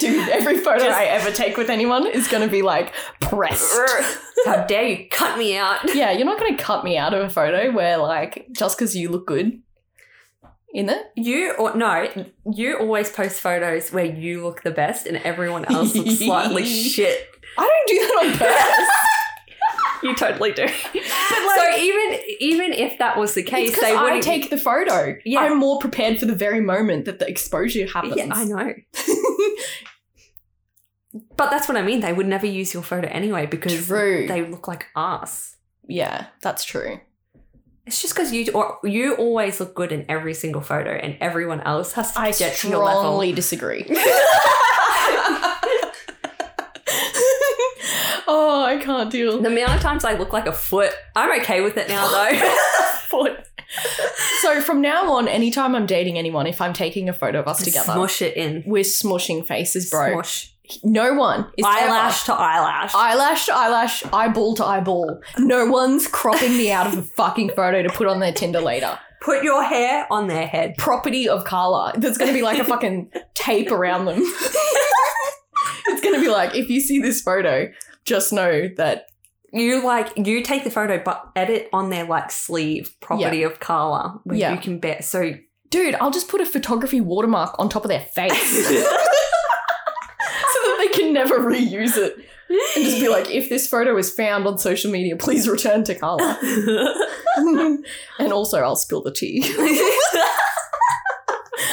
Speaker 1: Dude, every photo
Speaker 2: Just-
Speaker 1: I ever take with anyone is going to be like pressed.
Speaker 2: How dare you cut me out?
Speaker 1: yeah, you're not going to cut me out of a photo where, like, just because you look good in it.
Speaker 2: You or no, you always post photos where you look the best and everyone else looks slightly shit.
Speaker 1: I don't do that on purpose.
Speaker 2: You totally do. so
Speaker 1: like-
Speaker 2: even even if that was the case,
Speaker 1: it's
Speaker 2: they
Speaker 1: because I
Speaker 2: wouldn't
Speaker 1: take the photo.
Speaker 2: Yeah.
Speaker 1: I'm more prepared for the very moment that the exposure happens.
Speaker 2: Yeah, I know. But that's what I mean. They would never use your photo anyway because
Speaker 1: True.
Speaker 2: they look like ass.
Speaker 1: yeah, that's true.
Speaker 2: It's just because you or you always look good in every single photo, and everyone else has to
Speaker 1: I
Speaker 2: get to your level.
Speaker 1: strongly disagree. oh, I can't deal.
Speaker 2: The amount of times I look like a foot, I'm okay with it now though.
Speaker 1: foot. So from now on, anytime I'm dating anyone, if I'm taking a photo of us together,
Speaker 2: Smush it in.
Speaker 1: we're smushing faces, bro.
Speaker 2: Smush.
Speaker 1: No one is ever-
Speaker 2: eyelash to eyelash.
Speaker 1: eyelash to eyelash, eyeball to eyeball. No one's cropping me out of a fucking photo to put on their Tinder later.
Speaker 2: Put your hair on their head.
Speaker 1: Property of Carla. There's gonna be like a fucking tape around them. it's gonna be like if you see this photo, just know that
Speaker 2: You like you take the photo, but edit on their like sleeve property of Carla where
Speaker 1: Yeah.
Speaker 2: you can bet. So
Speaker 1: dude, I'll just put a photography watermark on top of their face. so that they can never reuse it and just be like, if this photo is found on social media, please return to Carla. and also, I'll spill the tea.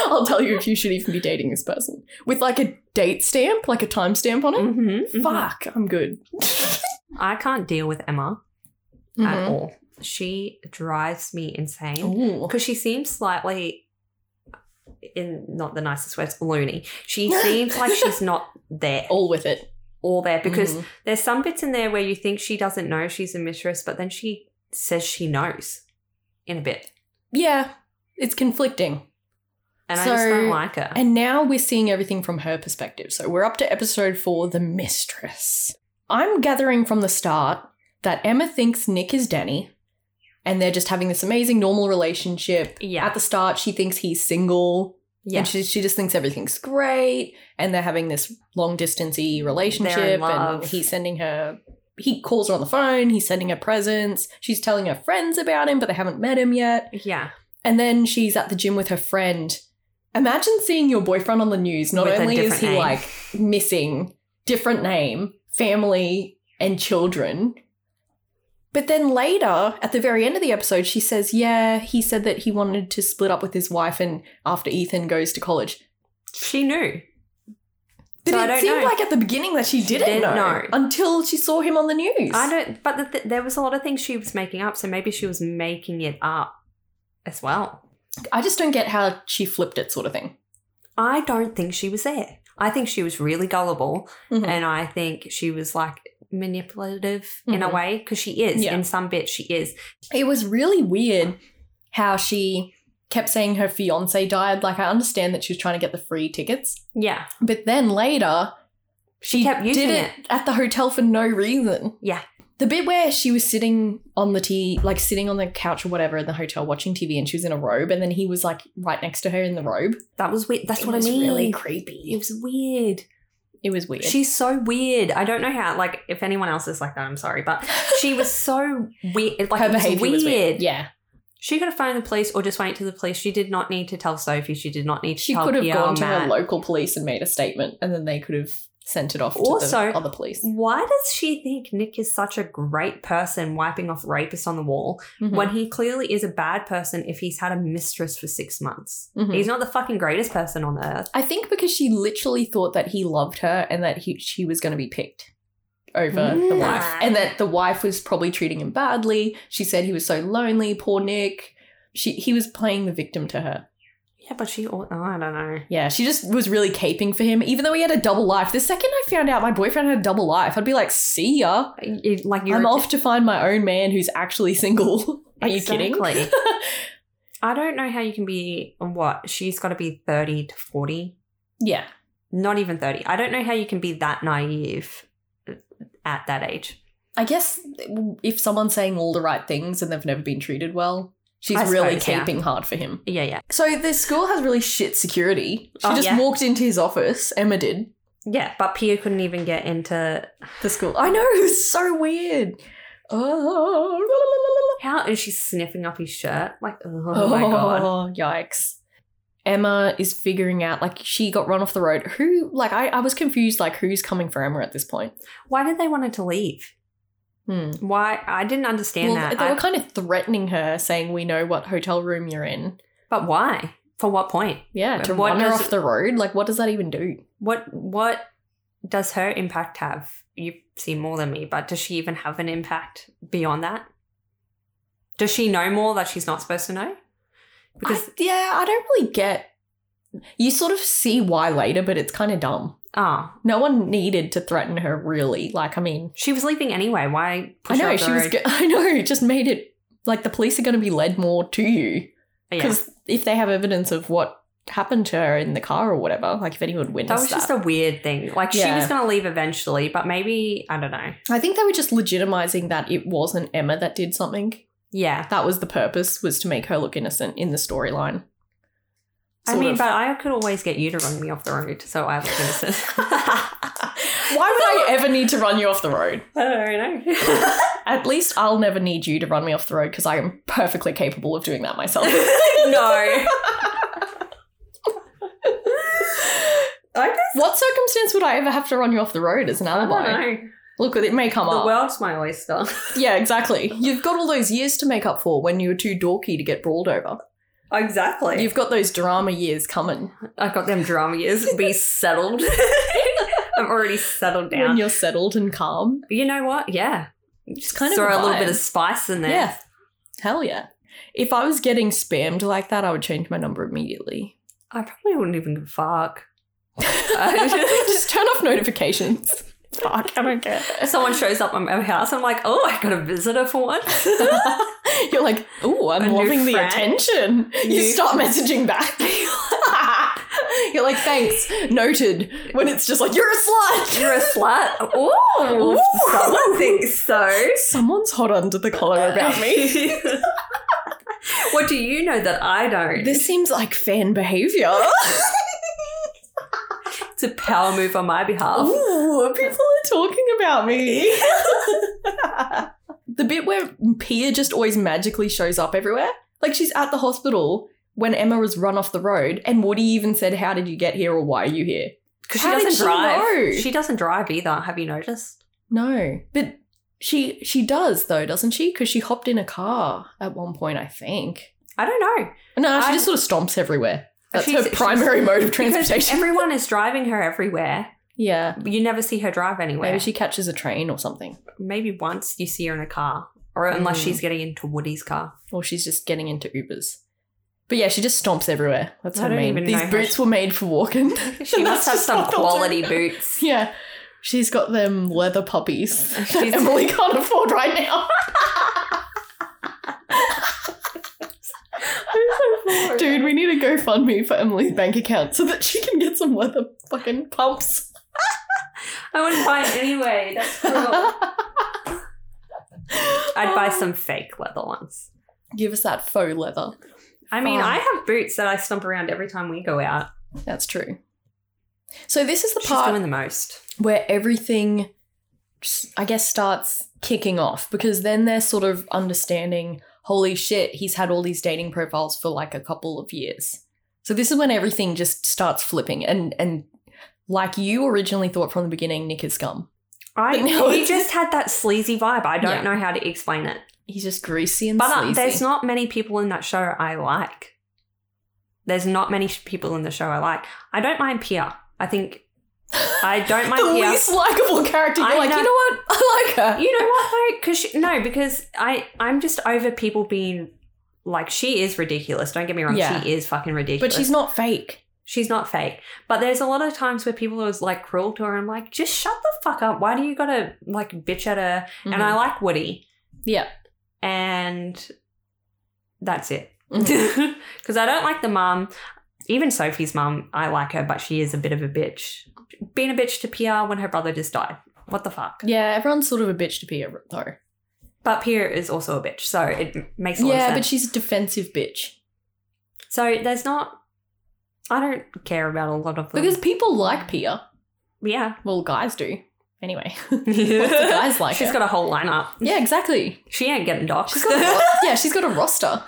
Speaker 1: I'll tell you if you should even be dating this person with like a date stamp, like a timestamp on it.
Speaker 2: Mhm, mhm.
Speaker 1: Fuck, I'm good.
Speaker 2: I can't deal with Emma at
Speaker 1: Mhm.
Speaker 2: all. She drives me insane
Speaker 1: Ooh.
Speaker 2: because she seems slightly, in not the nicest words, loony. She seems like she's not there
Speaker 1: All with it.
Speaker 2: all there because
Speaker 1: Mhm.
Speaker 2: there's some bits in there where you think she doesn't know she's a mistress, but then she says she knows in a bit.
Speaker 1: yeah, it's conflicting.
Speaker 2: and I
Speaker 1: So-
Speaker 2: just don't like her.
Speaker 1: And now we're seeing everything from her perspective. So we're up to episode four The Mistress. I'm gathering from the start that Emma thinks Nick is Danny, and they're just having this amazing normal relationship.
Speaker 2: yeah,
Speaker 1: At the start, she thinks he's single,
Speaker 2: yeah,
Speaker 1: and she, she just thinks everything's great, and they're having this long distancey relationship, and
Speaker 2: love.
Speaker 1: he's sending her. He calls her on the phone, he's sending her presents, she's telling her friends about him, but they haven't met him yet.
Speaker 2: yeah.
Speaker 1: And then she's at the gym with her friend. Imagine seeing your boyfriend on the news. Not
Speaker 2: With a
Speaker 1: only is
Speaker 2: different
Speaker 1: he
Speaker 2: name.
Speaker 1: like missing, different name, family, and children. But then later, at the very end of the episode, she says, Yeah, he said that he wanted to split up with his wife and after Ethan goes to college.
Speaker 2: She knew.
Speaker 1: But
Speaker 2: So I
Speaker 1: it
Speaker 2: don't
Speaker 1: seemed
Speaker 2: know.
Speaker 1: like at the beginning that she didn't,
Speaker 2: didn't
Speaker 1: know,
Speaker 2: know.
Speaker 1: until she saw him on the news.
Speaker 2: I don't. But the th- there was a lot of things she was making up, so maybe she was making it up as well.
Speaker 1: I just don't get how she flipped it, sort of thing.
Speaker 2: I don't think she was there. I think she was really gullible,
Speaker 1: Mhm.
Speaker 2: and I think she was like manipulative in a
Speaker 1: Mhm.
Speaker 2: way because she is
Speaker 1: Yeah.
Speaker 2: in some bits. She is.
Speaker 1: it was really weird how she kept saying her fiance died. Like, I understand that she was trying to get the free tickets,
Speaker 2: Yeah,
Speaker 1: but then later she,
Speaker 2: kept using
Speaker 1: did it, at the hotel for no reason.
Speaker 2: Yeah.
Speaker 1: The bit where she was sitting on the tea, like sitting on the couch or whatever in the hotel watching TV, and she was in a robe, and then he was like right next to her in the robe.
Speaker 2: that was weird. That's
Speaker 1: It
Speaker 2: what I
Speaker 1: was
Speaker 2: mean.
Speaker 1: Really
Speaker 2: it
Speaker 1: creepy.
Speaker 2: was weird.
Speaker 1: It was weird.
Speaker 2: She's so weird. I don't know how. Like, if anyone else is like that, I'm sorry, but she was so weird. Like,
Speaker 1: her
Speaker 2: it was
Speaker 1: behavior
Speaker 2: weird.
Speaker 1: was weird. Yeah.
Speaker 2: She could have phoned the police or just went to the police. She did not need to tell Sophie. She did not need to
Speaker 1: She
Speaker 2: tell
Speaker 1: could have
Speaker 2: PR
Speaker 1: gone to
Speaker 2: Matt.
Speaker 1: her local police and made a statement, and then they could have sent it off to
Speaker 2: Also-
Speaker 1: the other police.
Speaker 2: Why does she think Nick is such a great person wiping off rapists on the wall
Speaker 1: Mhm.
Speaker 2: when he clearly is a bad person if he's had a mistress for six months?
Speaker 1: Mhm.
Speaker 2: He's not the fucking greatest person on earth.
Speaker 1: I think because she literally thought that he loved her and that he, she was going to be picked over the
Speaker 2: Mm.
Speaker 1: wife, and that the wife was probably treating him badly. She said he was so lonely, poor Nick. She he was playing the victim to her.
Speaker 2: Yeah, but she, al- oh, I don't know.
Speaker 1: Yeah, she just was really caping for him, even though he had a double life. The second I found out my boyfriend had a double life, I'd be like, "See ya,
Speaker 2: You- like you're
Speaker 1: I'm off to find my own man who's actually single." Are you kidding?
Speaker 2: Exactly. I don't know how you can be what she's got to be thirty to forty,
Speaker 1: yeah,
Speaker 2: not even thirty. I don't know how you can be that naive at that age.
Speaker 1: I guess if someone's saying all the right things and they've never been treated well, she's
Speaker 2: I
Speaker 1: really
Speaker 2: suppose, yeah.
Speaker 1: caping hard for him.
Speaker 2: Yeah, yeah,
Speaker 1: So the school has really shit security. She
Speaker 2: Oh,
Speaker 1: just
Speaker 2: yeah.
Speaker 1: walked into his office. Emma did.
Speaker 2: yeah. But Pia couldn't even get into
Speaker 1: The school. I know. It was so weird. Oh,
Speaker 2: how, and she's sniffing up his shirt. Like, oh,
Speaker 1: oh
Speaker 2: my god,
Speaker 1: Yikes. Emma is figuring out like she got run off the road. Who like I, I was confused like who's coming for Emma at this point.
Speaker 2: why did they want her to leave?
Speaker 1: Hmm.
Speaker 2: Why I didn't understand
Speaker 1: Well,
Speaker 2: that.
Speaker 1: they
Speaker 2: I-
Speaker 1: were kind of threatening her, saying we know what hotel room you're in.
Speaker 2: but why? For what point?
Speaker 1: Yeah, to
Speaker 2: What
Speaker 1: run her
Speaker 2: does-
Speaker 1: off the road. Like what does that even do?
Speaker 2: What what does her impact have? You've seen more than me, but does she even have an impact beyond that? Does she know more that she's not supposed to know? Because
Speaker 1: I- yeah, I don't really get. You sort of see why later, but it's kind of dumb.
Speaker 2: ah,
Speaker 1: No one needed to threaten her, really. Like, I mean,
Speaker 2: she was leaving anyway. Why
Speaker 1: I
Speaker 2: push her
Speaker 1: know
Speaker 2: up the
Speaker 1: she was.
Speaker 2: road?
Speaker 1: Go- I know it just made it like the police are going to be led more to you
Speaker 2: Yeah.
Speaker 1: because if they have evidence of what happened to her in the car or whatever, like if anyone
Speaker 2: That
Speaker 1: witnessed
Speaker 2: was
Speaker 1: that,
Speaker 2: just a weird thing. Like she was
Speaker 1: Yeah.
Speaker 2: going to leave eventually, but maybe I don't know.
Speaker 1: I think they were just legitimizing that it wasn't Emma that did something.
Speaker 2: Yeah,
Speaker 1: That was the purpose was to make her look innocent in the storyline.
Speaker 2: I
Speaker 1: Sort
Speaker 2: mean,
Speaker 1: of.
Speaker 2: but I could always get you to run me off the road, so I look innocent.
Speaker 1: Why would I ever need to run you off the road?
Speaker 2: I don't know.
Speaker 1: At least I'll never need you to run me off the road because I am perfectly capable of doing that myself.
Speaker 2: no. I just
Speaker 1: what circumstance would I ever have to run you off the road as an
Speaker 2: I don't
Speaker 1: alibi?
Speaker 2: know.
Speaker 1: Look, it may come
Speaker 2: The
Speaker 1: up.
Speaker 2: world's my oyster.
Speaker 1: yeah, exactly. You've got all those years to make up for when you were too dorky to get brawled over.
Speaker 2: exactly.
Speaker 1: You've got those drama years coming
Speaker 2: I got them drama years. Be settled. I'm already settled
Speaker 1: when
Speaker 2: down.
Speaker 1: you're settled and calm.
Speaker 2: You know what? Yeah. Just
Speaker 1: kind of
Speaker 2: throw
Speaker 1: a
Speaker 2: a, little
Speaker 1: vibe.
Speaker 2: bit of spice in there.
Speaker 1: Yeah. Hell yeah. If I was getting spammed like that, I would change my number immediately.
Speaker 2: I probably wouldn't even give a fuck.
Speaker 1: Just turn off notifications. Fuck, I don't care.
Speaker 2: If someone shows up at my house, I'm like, oh, I got a visitor for once.
Speaker 1: You're like, oh,
Speaker 2: A
Speaker 1: I'm
Speaker 2: new
Speaker 1: loving the
Speaker 2: friend.
Speaker 1: attention. You
Speaker 2: New-
Speaker 1: start messaging back. You're like, thanks, noted. When it's just like, you're a slut.
Speaker 2: You're a slut. Ooh,
Speaker 1: Ooh.
Speaker 2: someone thinks so.
Speaker 1: Someone's hot under the collar about me.
Speaker 2: what do you know that I don't?
Speaker 1: this seems like fan behavior.
Speaker 2: It's a power move on my behalf.
Speaker 1: Ooh, people are talking about me. the bit where Pia just always magically shows up everywhere. Like she's at the hospital when Emma was run off the road, and Woody even said, How did you get here or why are you here?
Speaker 2: Because she
Speaker 1: How did
Speaker 2: doesn't
Speaker 1: she
Speaker 2: drive.
Speaker 1: know?
Speaker 2: She doesn't drive either. Have you noticed?
Speaker 1: No. But she she does though, doesn't she? Because she hopped in a car at one point, I think.
Speaker 2: I don't know.
Speaker 1: No, she
Speaker 2: I-
Speaker 1: just sort of stomps everywhere. That's
Speaker 2: She's-
Speaker 1: her
Speaker 2: she's-
Speaker 1: primary mode of
Speaker 2: Because
Speaker 1: transportation.
Speaker 2: everyone is driving her everywhere.
Speaker 1: yeah.
Speaker 2: You never see her drive anywhere.
Speaker 1: Maybe she catches a train or something.
Speaker 2: Maybe once you see her in a car, or unless
Speaker 1: Mm.
Speaker 2: she's getting into Woody's car.
Speaker 1: Or she's just getting into Ubers. But yeah, she just stomps everywhere. That's
Speaker 2: I
Speaker 1: her
Speaker 2: don't
Speaker 1: main.
Speaker 2: even know
Speaker 1: These
Speaker 2: how
Speaker 1: boots were made for walking.
Speaker 2: She
Speaker 1: That's
Speaker 2: must have
Speaker 1: just
Speaker 2: some
Speaker 1: what they'll
Speaker 2: quality
Speaker 1: do.
Speaker 2: boots.
Speaker 1: yeah. She's got them leather puppies that
Speaker 2: She's-
Speaker 1: Emily can't afford right now. Dude, we need a GoFundMe for Emily's bank account so that she can get some leather fucking pumps.
Speaker 2: I wouldn't buy it anyway. That's cruel. I'd buy some fake leather ones.
Speaker 1: Give us that faux leather.
Speaker 2: I mean,
Speaker 1: Fine.
Speaker 2: I have boots that I stomp around every time we go out.
Speaker 1: That's true. So this is the
Speaker 2: She's
Speaker 1: part
Speaker 2: doing the most.
Speaker 1: where everything just, I guess starts kicking off because then they're sort of understanding, holy shit, he's had all these dating profiles for like a couple of years. So this is when everything just starts flipping and and like you originally thought from the beginning, Nick is scum.
Speaker 2: I
Speaker 1: But now
Speaker 2: he
Speaker 1: it's-
Speaker 2: just had that sleazy vibe. I
Speaker 1: Yeah.
Speaker 2: don't know how to explain it.
Speaker 1: He's just greasy and
Speaker 2: But uh,
Speaker 1: sleazy.
Speaker 2: there's not many people in that show I like. There's not many sh- people in the show I like. I don't mind Pia. I think I don't mind
Speaker 1: the
Speaker 2: Pia.
Speaker 1: least likable character. You're
Speaker 2: I
Speaker 1: like,
Speaker 2: know-
Speaker 1: you know what? I like her.
Speaker 2: you know what though? Because no, because I I'm just over people being like she is ridiculous. Don't get me wrong,
Speaker 1: Yeah.
Speaker 2: she is fucking
Speaker 1: but
Speaker 2: ridiculous.
Speaker 1: she's not fake.
Speaker 2: she's not fake. But there's a lot of times where people are like cruel to her. I'm like, just shut the fuck up. Why do you gotta like bitch at her? And I like Woody.
Speaker 1: Mm-hmm. Yeah.
Speaker 2: And that's it. Because
Speaker 1: Mm-hmm.
Speaker 2: I don't like the mum. Even Sophie's mum, I like her, but she is a bit of a bitch. Being a bitch to Pia when her brother just died. What the fuck?
Speaker 1: yeah, everyone's sort of a bitch to Pia though.
Speaker 2: But Pia is also a bitch, so it m- makes a lot
Speaker 1: Yeah,
Speaker 2: of
Speaker 1: but
Speaker 2: sense.
Speaker 1: she's a defensive bitch.
Speaker 2: so there's not. I don't care about a lot of them.
Speaker 1: Because people like Pia.
Speaker 2: yeah,
Speaker 1: Well, guys do. Anyway.
Speaker 2: the
Speaker 1: guys like
Speaker 2: She's
Speaker 1: her?
Speaker 2: got a whole lineup.
Speaker 1: yeah, exactly.
Speaker 2: She ain't getting docked.
Speaker 1: She's got a ro- yeah, she's got a roster.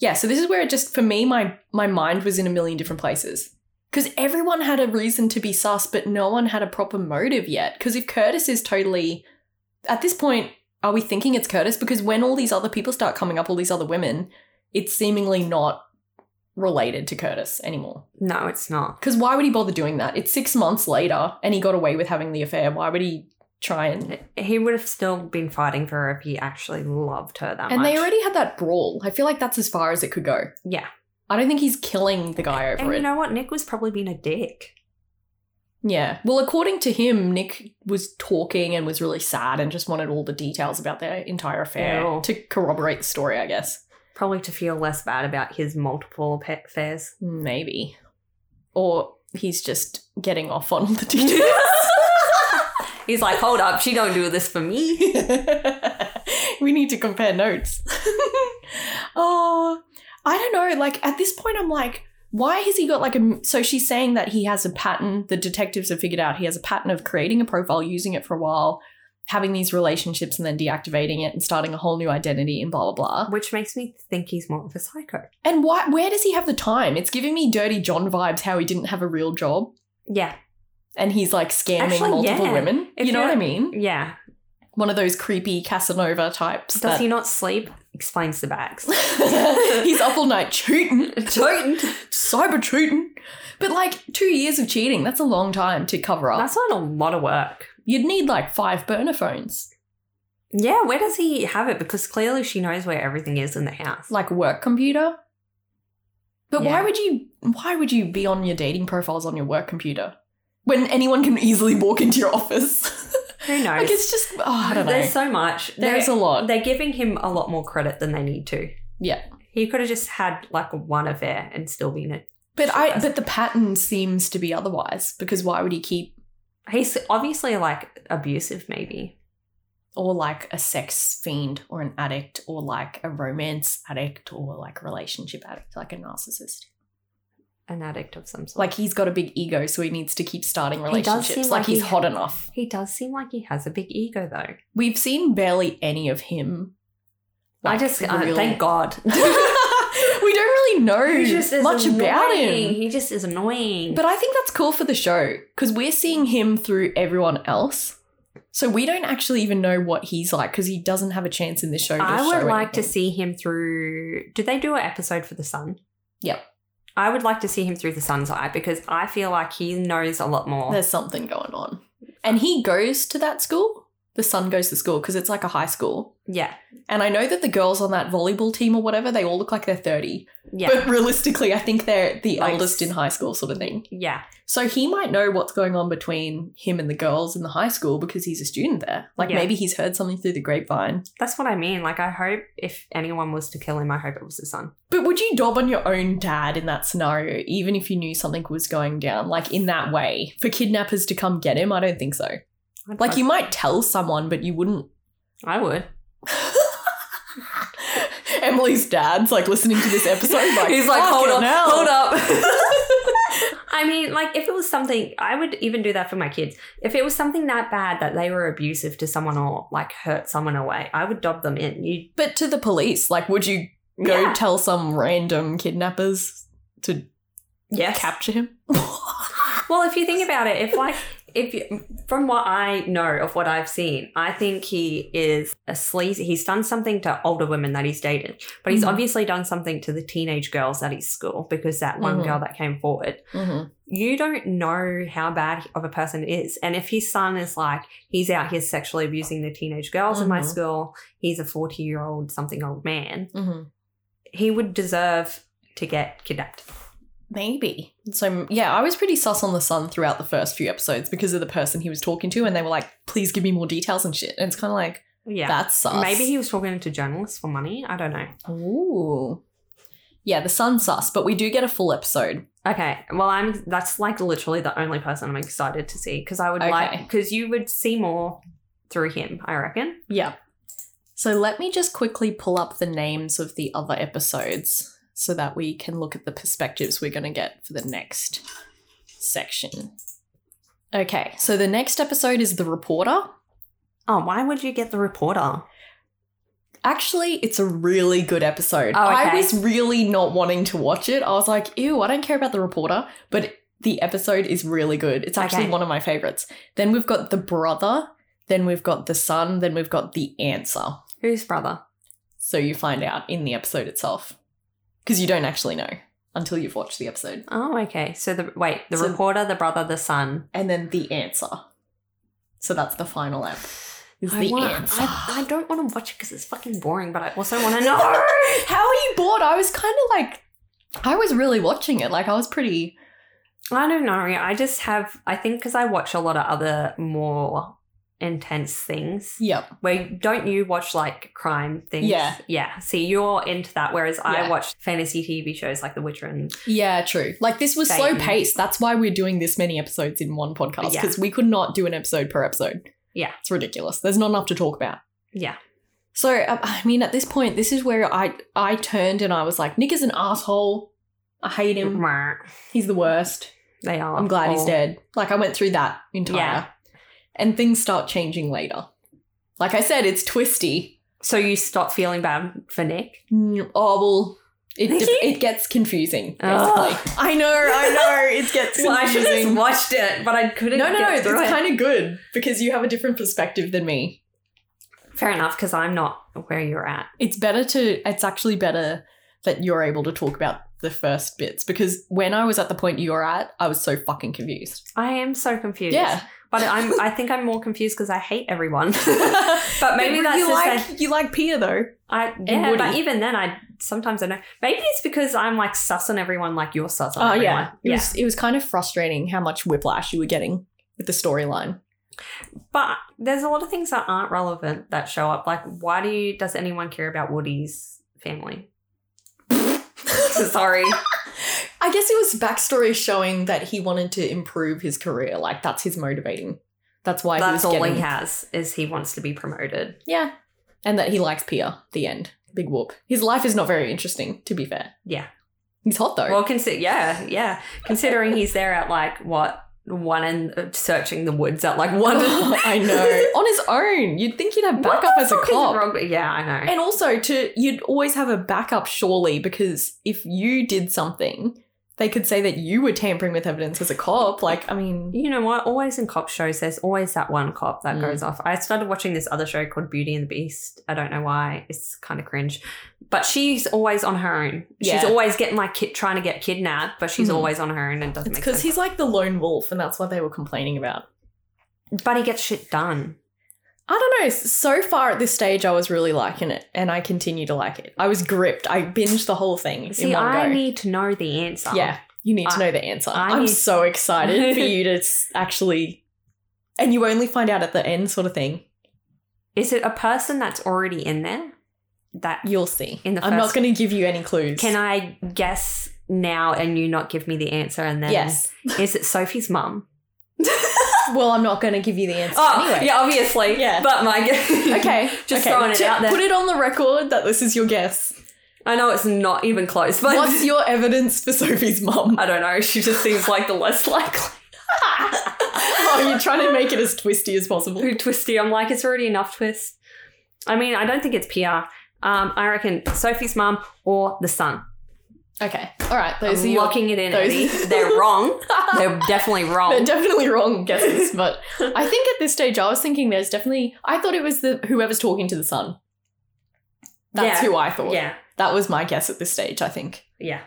Speaker 1: Yeah, so this is where it just for me my my mind was in a million different places. Cuz everyone had a reason to be sus, but no one had a proper motive yet. Cuz if Curtis is totally at this point are we thinking it's Curtis because when all these other people start coming up, all these other women, it's seemingly not related to Curtis anymore.
Speaker 2: no, it's not.
Speaker 1: Because why would he bother doing that? It's six months later and he got away with having the affair. Why would he try and.
Speaker 2: He would have still been fighting for her if he actually loved her that
Speaker 1: And
Speaker 2: much.
Speaker 1: they already had that brawl. I feel like that's as far as it could go.
Speaker 2: Yeah.
Speaker 1: I don't think he's killing the guy over
Speaker 2: And
Speaker 1: it.
Speaker 2: you know what? Nick was probably being a dick.
Speaker 1: yeah. Well, according to him, Nick was talking and was really sad and just wanted all the details about their entire affair
Speaker 2: Ew.
Speaker 1: to corroborate the story, I guess.
Speaker 2: Probably to feel less bad about his multiple pet affairs.
Speaker 1: Maybe. Or he's just getting off on all the details.
Speaker 2: He's like, hold up, she don't do this for me.
Speaker 1: we need to compare notes. oh, I don't know. Like at this point, I'm like, why has he got like a? So she's saying that he has a pattern. The detectives have figured out he has a pattern of creating a profile, using it for a while, having these relationships, and then deactivating it and starting a whole new identity and blah blah blah.
Speaker 2: Which makes me think he's more of a psycho.
Speaker 1: And why? Where does he have the time? It's giving me Dirty John vibes. How he didn't have a real job
Speaker 2: Yeah.
Speaker 1: and he's like scamming
Speaker 2: Actually,
Speaker 1: multiple
Speaker 2: yeah.
Speaker 1: women.
Speaker 2: If
Speaker 1: you know
Speaker 2: you're-
Speaker 1: what I mean?
Speaker 2: Yeah.
Speaker 1: One of those creepy Casanova types.
Speaker 2: Does
Speaker 1: that-
Speaker 2: he not sleep? Explains the bags.
Speaker 1: He's up all night shooting,
Speaker 2: Don't.
Speaker 1: cyber shooting. But like two years of cheating, that's a long time to cover up.
Speaker 2: That's not a lot of work.
Speaker 1: You'd need like five burner phones,
Speaker 2: Yeah, where does he have it? Because clearly she knows where everything is in the house.
Speaker 1: like a work computer. But why
Speaker 2: Yeah.
Speaker 1: would you? Why would you be on your dating profiles on your work computer when anyone can easily walk into your office?
Speaker 2: Who knows?
Speaker 1: like it's just oh, I don't know.
Speaker 2: There's
Speaker 1: There's,
Speaker 2: so much.
Speaker 1: a lot.
Speaker 2: They're giving him a lot more credit than they need to.
Speaker 1: Yeah.
Speaker 2: He could have just had like one affair and still been a
Speaker 1: But
Speaker 2: Sure
Speaker 1: I
Speaker 2: does.
Speaker 1: but the pattern seems to be otherwise because why would he keep
Speaker 2: He's obviously like abusive, maybe.
Speaker 1: or like a sex fiend or an addict or like a romance addict or like a relationship addict like a narcissist.
Speaker 2: An addict of some sort.
Speaker 1: Like he's got a big ego so he needs to keep starting
Speaker 2: He does
Speaker 1: relationships
Speaker 2: seem
Speaker 1: like,
Speaker 2: like
Speaker 1: he's
Speaker 2: he-
Speaker 1: hot enough.
Speaker 2: he does seem like he has a big ego, though.
Speaker 1: We've seen barely any of him.
Speaker 2: I just uh,
Speaker 1: really-
Speaker 2: thank God.
Speaker 1: we don't really know much about him.
Speaker 2: He just is annoying.
Speaker 1: But I think that's cool for the show because we're seeing him through everyone else. So we don't actually even know what he's like because he doesn't have a chance in this show. To
Speaker 2: I would
Speaker 1: show
Speaker 2: like to
Speaker 1: anything.
Speaker 2: see him through. Do they do an episode for the Sun?
Speaker 1: Yep.
Speaker 2: I would like to see him through the Sun's eye because I feel like he knows a lot more.
Speaker 1: There's something going on. And he goes to that school. The son goes to school because it's like a high school.
Speaker 2: yeah,
Speaker 1: And I know that the girls on that volleyball team or whatever, they all look like they're 30.
Speaker 2: yeah,
Speaker 1: But realistically, I think they're the
Speaker 2: Like-
Speaker 1: oldest in high school, sort of thing.
Speaker 2: yeah.
Speaker 1: So he might know what's going on between him and the girls in the high school because he's a student there. Like
Speaker 2: Yeah.
Speaker 1: maybe he's heard something through the grapevine.
Speaker 2: That's what I mean. Like, I hope if anyone was to kill him, I hope it was the Sun.
Speaker 1: But would you dob on your own dad in that scenario, even if you knew something was going down, like in that way, for kidnappers to come get him? I don't think so.
Speaker 2: I'd
Speaker 1: Like,
Speaker 2: fuck-
Speaker 1: you might tell someone, but you wouldn't.
Speaker 2: I would.
Speaker 1: Emily's dad's like listening to this episode, like,
Speaker 2: he's like, hold up,
Speaker 1: on,
Speaker 2: hold up. I mean, like, if it was something, I would even do that for my kids. If it was something that bad that they were abusive to someone or like hurt someone away, I would dob them in. You
Speaker 1: But to the police, like, would you go
Speaker 2: Yeah.
Speaker 1: tell some random kidnappers to
Speaker 2: yes. Mm-hmm,
Speaker 1: capture him?
Speaker 2: Well, if you think about it, if like if you, from what I know of what I've seen, I think he is a sleazy. He's done something to older women that he's dated, but he's
Speaker 1: Mhm.
Speaker 2: obviously done something to the teenage girls at his school because that one
Speaker 1: Mhm.
Speaker 2: girl that came forward.
Speaker 1: Mhm.
Speaker 2: You don't know how bad of a person is, and if his son is like he's out here sexually abusing the teenage girls in my
Speaker 1: Mhm.
Speaker 2: school, he's a forty-year-old something old man.
Speaker 1: Mhm.
Speaker 2: He would deserve to get kidnapped.
Speaker 1: Maybe. So, yeah, I was pretty sus on the son throughout the first few episodes because of the person he was talking to, and they were like, please give me more details and shit. And it's kind of like,
Speaker 2: Yeah.
Speaker 1: that's sus.
Speaker 2: Maybe he was talking to journalists for money. I don't know.
Speaker 1: Ooh. Yeah, the sun's sus, but we do get a full episode.
Speaker 2: Okay. Well, I'm. That's like literally the only person I'm excited to see because I would
Speaker 1: Okay.
Speaker 2: like because you would see more through him. I reckon.
Speaker 1: Yeah. So let me just quickly pull up the names of the other episodes so that we can look at the perspectives we're going to get for the next section. Okay, so the next episode is The Reporter.
Speaker 2: Oh, why would you get the reporter?
Speaker 1: Actually, it's a really good episode.
Speaker 2: Oh, okay.
Speaker 1: I was really not wanting to watch it. I was like, ew, I don't care about The Reporter, but the episode is really good. It's actually
Speaker 2: Okay.
Speaker 1: one of my favorites. Then we've got The Brother, then we've got The Son, then we've got The Answer.
Speaker 2: Whose brother?
Speaker 1: So you find out in the episode itself. Because you don't actually know until you've watched the episode.
Speaker 2: Oh, okay. So the wait, the
Speaker 1: So-
Speaker 2: reporter, the brother, the son.
Speaker 1: And then the answer. So that's the final app. Is
Speaker 2: I
Speaker 1: the
Speaker 2: wanna-
Speaker 1: answer.
Speaker 2: I, I don't want to watch it because it's fucking boring, but I also want to know.
Speaker 1: How are you bored? I was kind of like, I was really watching it. Like, I was pretty.
Speaker 2: I don't know. I just have. I think because I watch a lot of other more intense things.
Speaker 1: Yep.
Speaker 2: Where don't you watch like crime things?
Speaker 1: Yeah.
Speaker 2: Yeah. See, you're into that. Whereas I
Speaker 1: Yeah.
Speaker 2: watch fantasy TV shows like The Witcher and
Speaker 1: Yeah, true. Like, this was slow
Speaker 2: Same.
Speaker 1: paced. That's why we're doing this many episodes in one podcast.
Speaker 2: Yeah.
Speaker 1: Because we could not do an episode per episode.
Speaker 2: Yeah.
Speaker 1: It's ridiculous. There's not enough to talk about.
Speaker 2: Yeah.
Speaker 1: So I I mean, at this point, this is where I I turned and I was like, Nick is an asshole. I hate him. He's the worst.
Speaker 2: They are.
Speaker 1: I'm glad he's
Speaker 2: all-
Speaker 1: dead. Like I went through that entire,
Speaker 2: Oh. Yeah.
Speaker 1: and things start changing later. Like I said, it's twisty.
Speaker 2: So you stop feeling bad for Nick?
Speaker 1: Mm, Oh well, it de- it gets confusing. Basically,
Speaker 2: Oh.
Speaker 1: I know, I know, it gets confusing.
Speaker 2: Well, I should have watched it, but I couldn't.
Speaker 1: no, no, no.
Speaker 2: get
Speaker 1: It's
Speaker 2: through it.
Speaker 1: kind of good because you have a different perspective than me.
Speaker 2: Fair enough, because I'm not where you're at.
Speaker 1: it's better to it's actually better that you're able to talk about the first bits because when I was at the point you're at, I was so fucking confused.
Speaker 2: I am so confused.
Speaker 1: Yeah.
Speaker 2: but I'm. I think I'm more confused because I hate everyone.
Speaker 1: but
Speaker 2: but maybe that's
Speaker 1: you
Speaker 2: just
Speaker 1: like
Speaker 2: that-
Speaker 1: you like Pia though.
Speaker 2: I
Speaker 1: and
Speaker 2: yeah. But
Speaker 1: Woody.
Speaker 2: even then, I sometimes I know. Maybe it's because I'm like sus on everyone, like you're sus on
Speaker 1: Oh
Speaker 2: everyone.
Speaker 1: yeah. It was it was kind of frustrating how much whiplash you were getting with the storyline.
Speaker 2: But there's a lot of things that aren't relevant that show up. Like, why do you? Does anyone care about Woody's family? Sorry.
Speaker 1: I I guess it was backstory showing that he wanted to improve his career. Like that's his motivating. That's why
Speaker 2: That's
Speaker 1: he was
Speaker 2: all
Speaker 1: getting.
Speaker 2: he has is he wants to be promoted.
Speaker 1: Yeah, and that he likes Pia. The end. Big whoop. His life is not very interesting, to be fair.
Speaker 2: Yeah.
Speaker 1: He's hot though.
Speaker 2: Well, consider yeah, yeah. Considering he's there at like what one and searching the woods at like one.
Speaker 1: I know. On his own, you'd think he'd have
Speaker 2: What
Speaker 1: backup
Speaker 2: the
Speaker 1: as a
Speaker 2: fuck is
Speaker 1: cop.
Speaker 2: wrong- Yeah, I know.
Speaker 1: And also, to you'd always have a backup, surely, because if you did something, they could say that you were tampering with evidence as a cop. Like, I mean,
Speaker 2: you know what? Always in cop shows, there's always that one cop that
Speaker 1: Mm.
Speaker 2: goes off. I started watching this other show called Beauty and the Beast. I don't know why. It's kind of cringe. But she's always on her own. She's
Speaker 1: Yeah.
Speaker 2: always getting like kid trying to get kidnapped, but she's
Speaker 1: Mhm.
Speaker 2: always on her own and doesn't
Speaker 1: it's
Speaker 2: make
Speaker 1: because
Speaker 2: sense.
Speaker 1: he's like the lone wolf, and that's what they were complaining about.
Speaker 2: but he gets shit done.
Speaker 1: I don't know. s- So far at this stage, I was really liking it, and I continue to like it. I was gripped. I binged the whole thing in
Speaker 2: See,
Speaker 1: one
Speaker 2: I
Speaker 1: go.
Speaker 2: need to know the answer.
Speaker 1: yeah, you need to
Speaker 2: I-
Speaker 1: know the answer.
Speaker 2: I
Speaker 1: I'm
Speaker 2: need-
Speaker 1: so excited for you to s- actually, and you only find out at the end, sort of thing.
Speaker 2: Is it a person that's already in there? That
Speaker 1: You'll see.
Speaker 2: In the
Speaker 1: I'm not
Speaker 2: first-
Speaker 1: going to give you any clues.
Speaker 2: can I guess now and you not give me the answer and then
Speaker 1: Yes.
Speaker 2: is it Sophie's mum?
Speaker 1: Well, I'm not going to give you the answer anyway.
Speaker 2: yeah, obviously.
Speaker 1: Oh, Yeah.
Speaker 2: But my guess.
Speaker 1: Okay.
Speaker 2: Oh, Just
Speaker 1: okay.
Speaker 2: throwing it
Speaker 1: To-
Speaker 2: out there.
Speaker 1: Put it on the record that this is your guess.
Speaker 2: I know it's not even close, but
Speaker 1: What's your evidence for Sophie's mum?
Speaker 2: I don't know. She just seems like the less likely.
Speaker 1: oh, you're trying to make it as twisty as possible.
Speaker 2: Who twisty? I'm like, it's already enough twist. I mean, I don't think it's PR. Um, I reckon Sophie's mum or the son.
Speaker 1: Okay. All right. Those are
Speaker 2: I'm
Speaker 1: your.
Speaker 2: locking it in.
Speaker 1: those-
Speaker 2: Eddie. They're wrong. They're definitely
Speaker 1: They're
Speaker 2: wrong.
Speaker 1: definitely wrong guesses, but I think at this stage I was thinking there's definitely. I thought it was the whoever's talking to the sun. That's
Speaker 2: Yeah.
Speaker 1: who I thought.
Speaker 2: yeah,
Speaker 1: That was my guess at this stage. I think.
Speaker 2: yeah.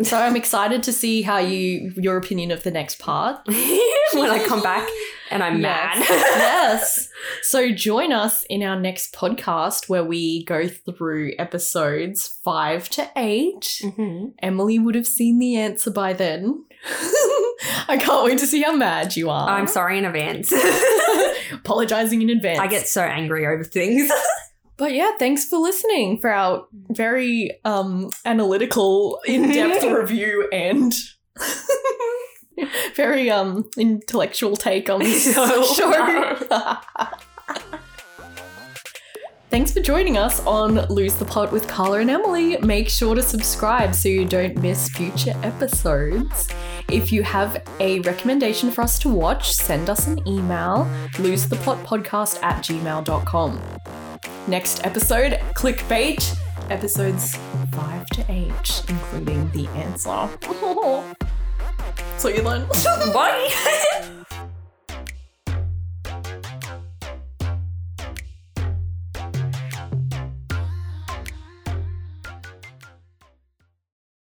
Speaker 1: So I'm excited to see how you your opinion of the next part.
Speaker 2: when I come back and I'm mad.
Speaker 1: yes. So join us in our next podcast where we go through episodes five to eight.
Speaker 2: Mm.
Speaker 1: Emily would have seen the answer by then. I can't wait to see how mad you are.
Speaker 2: I'm sorry in advance.
Speaker 1: apologizing in advance.
Speaker 2: I get so angry over things.
Speaker 1: But yeah, thanks for listening for our very um analytical, in-depth review and very um intellectual take on this
Speaker 2: So-
Speaker 1: show. Thanks for joining us on Lose the Plot with Carla and Emily. Make sure to subscribe so you don't miss future episodes. If you have a recommendation for us to watch, send us an email losetheplotpodcast at gmail.com. Next episode, clickbait, episodes 5 to 8, including the answer. so you learn.
Speaker 2: Bye.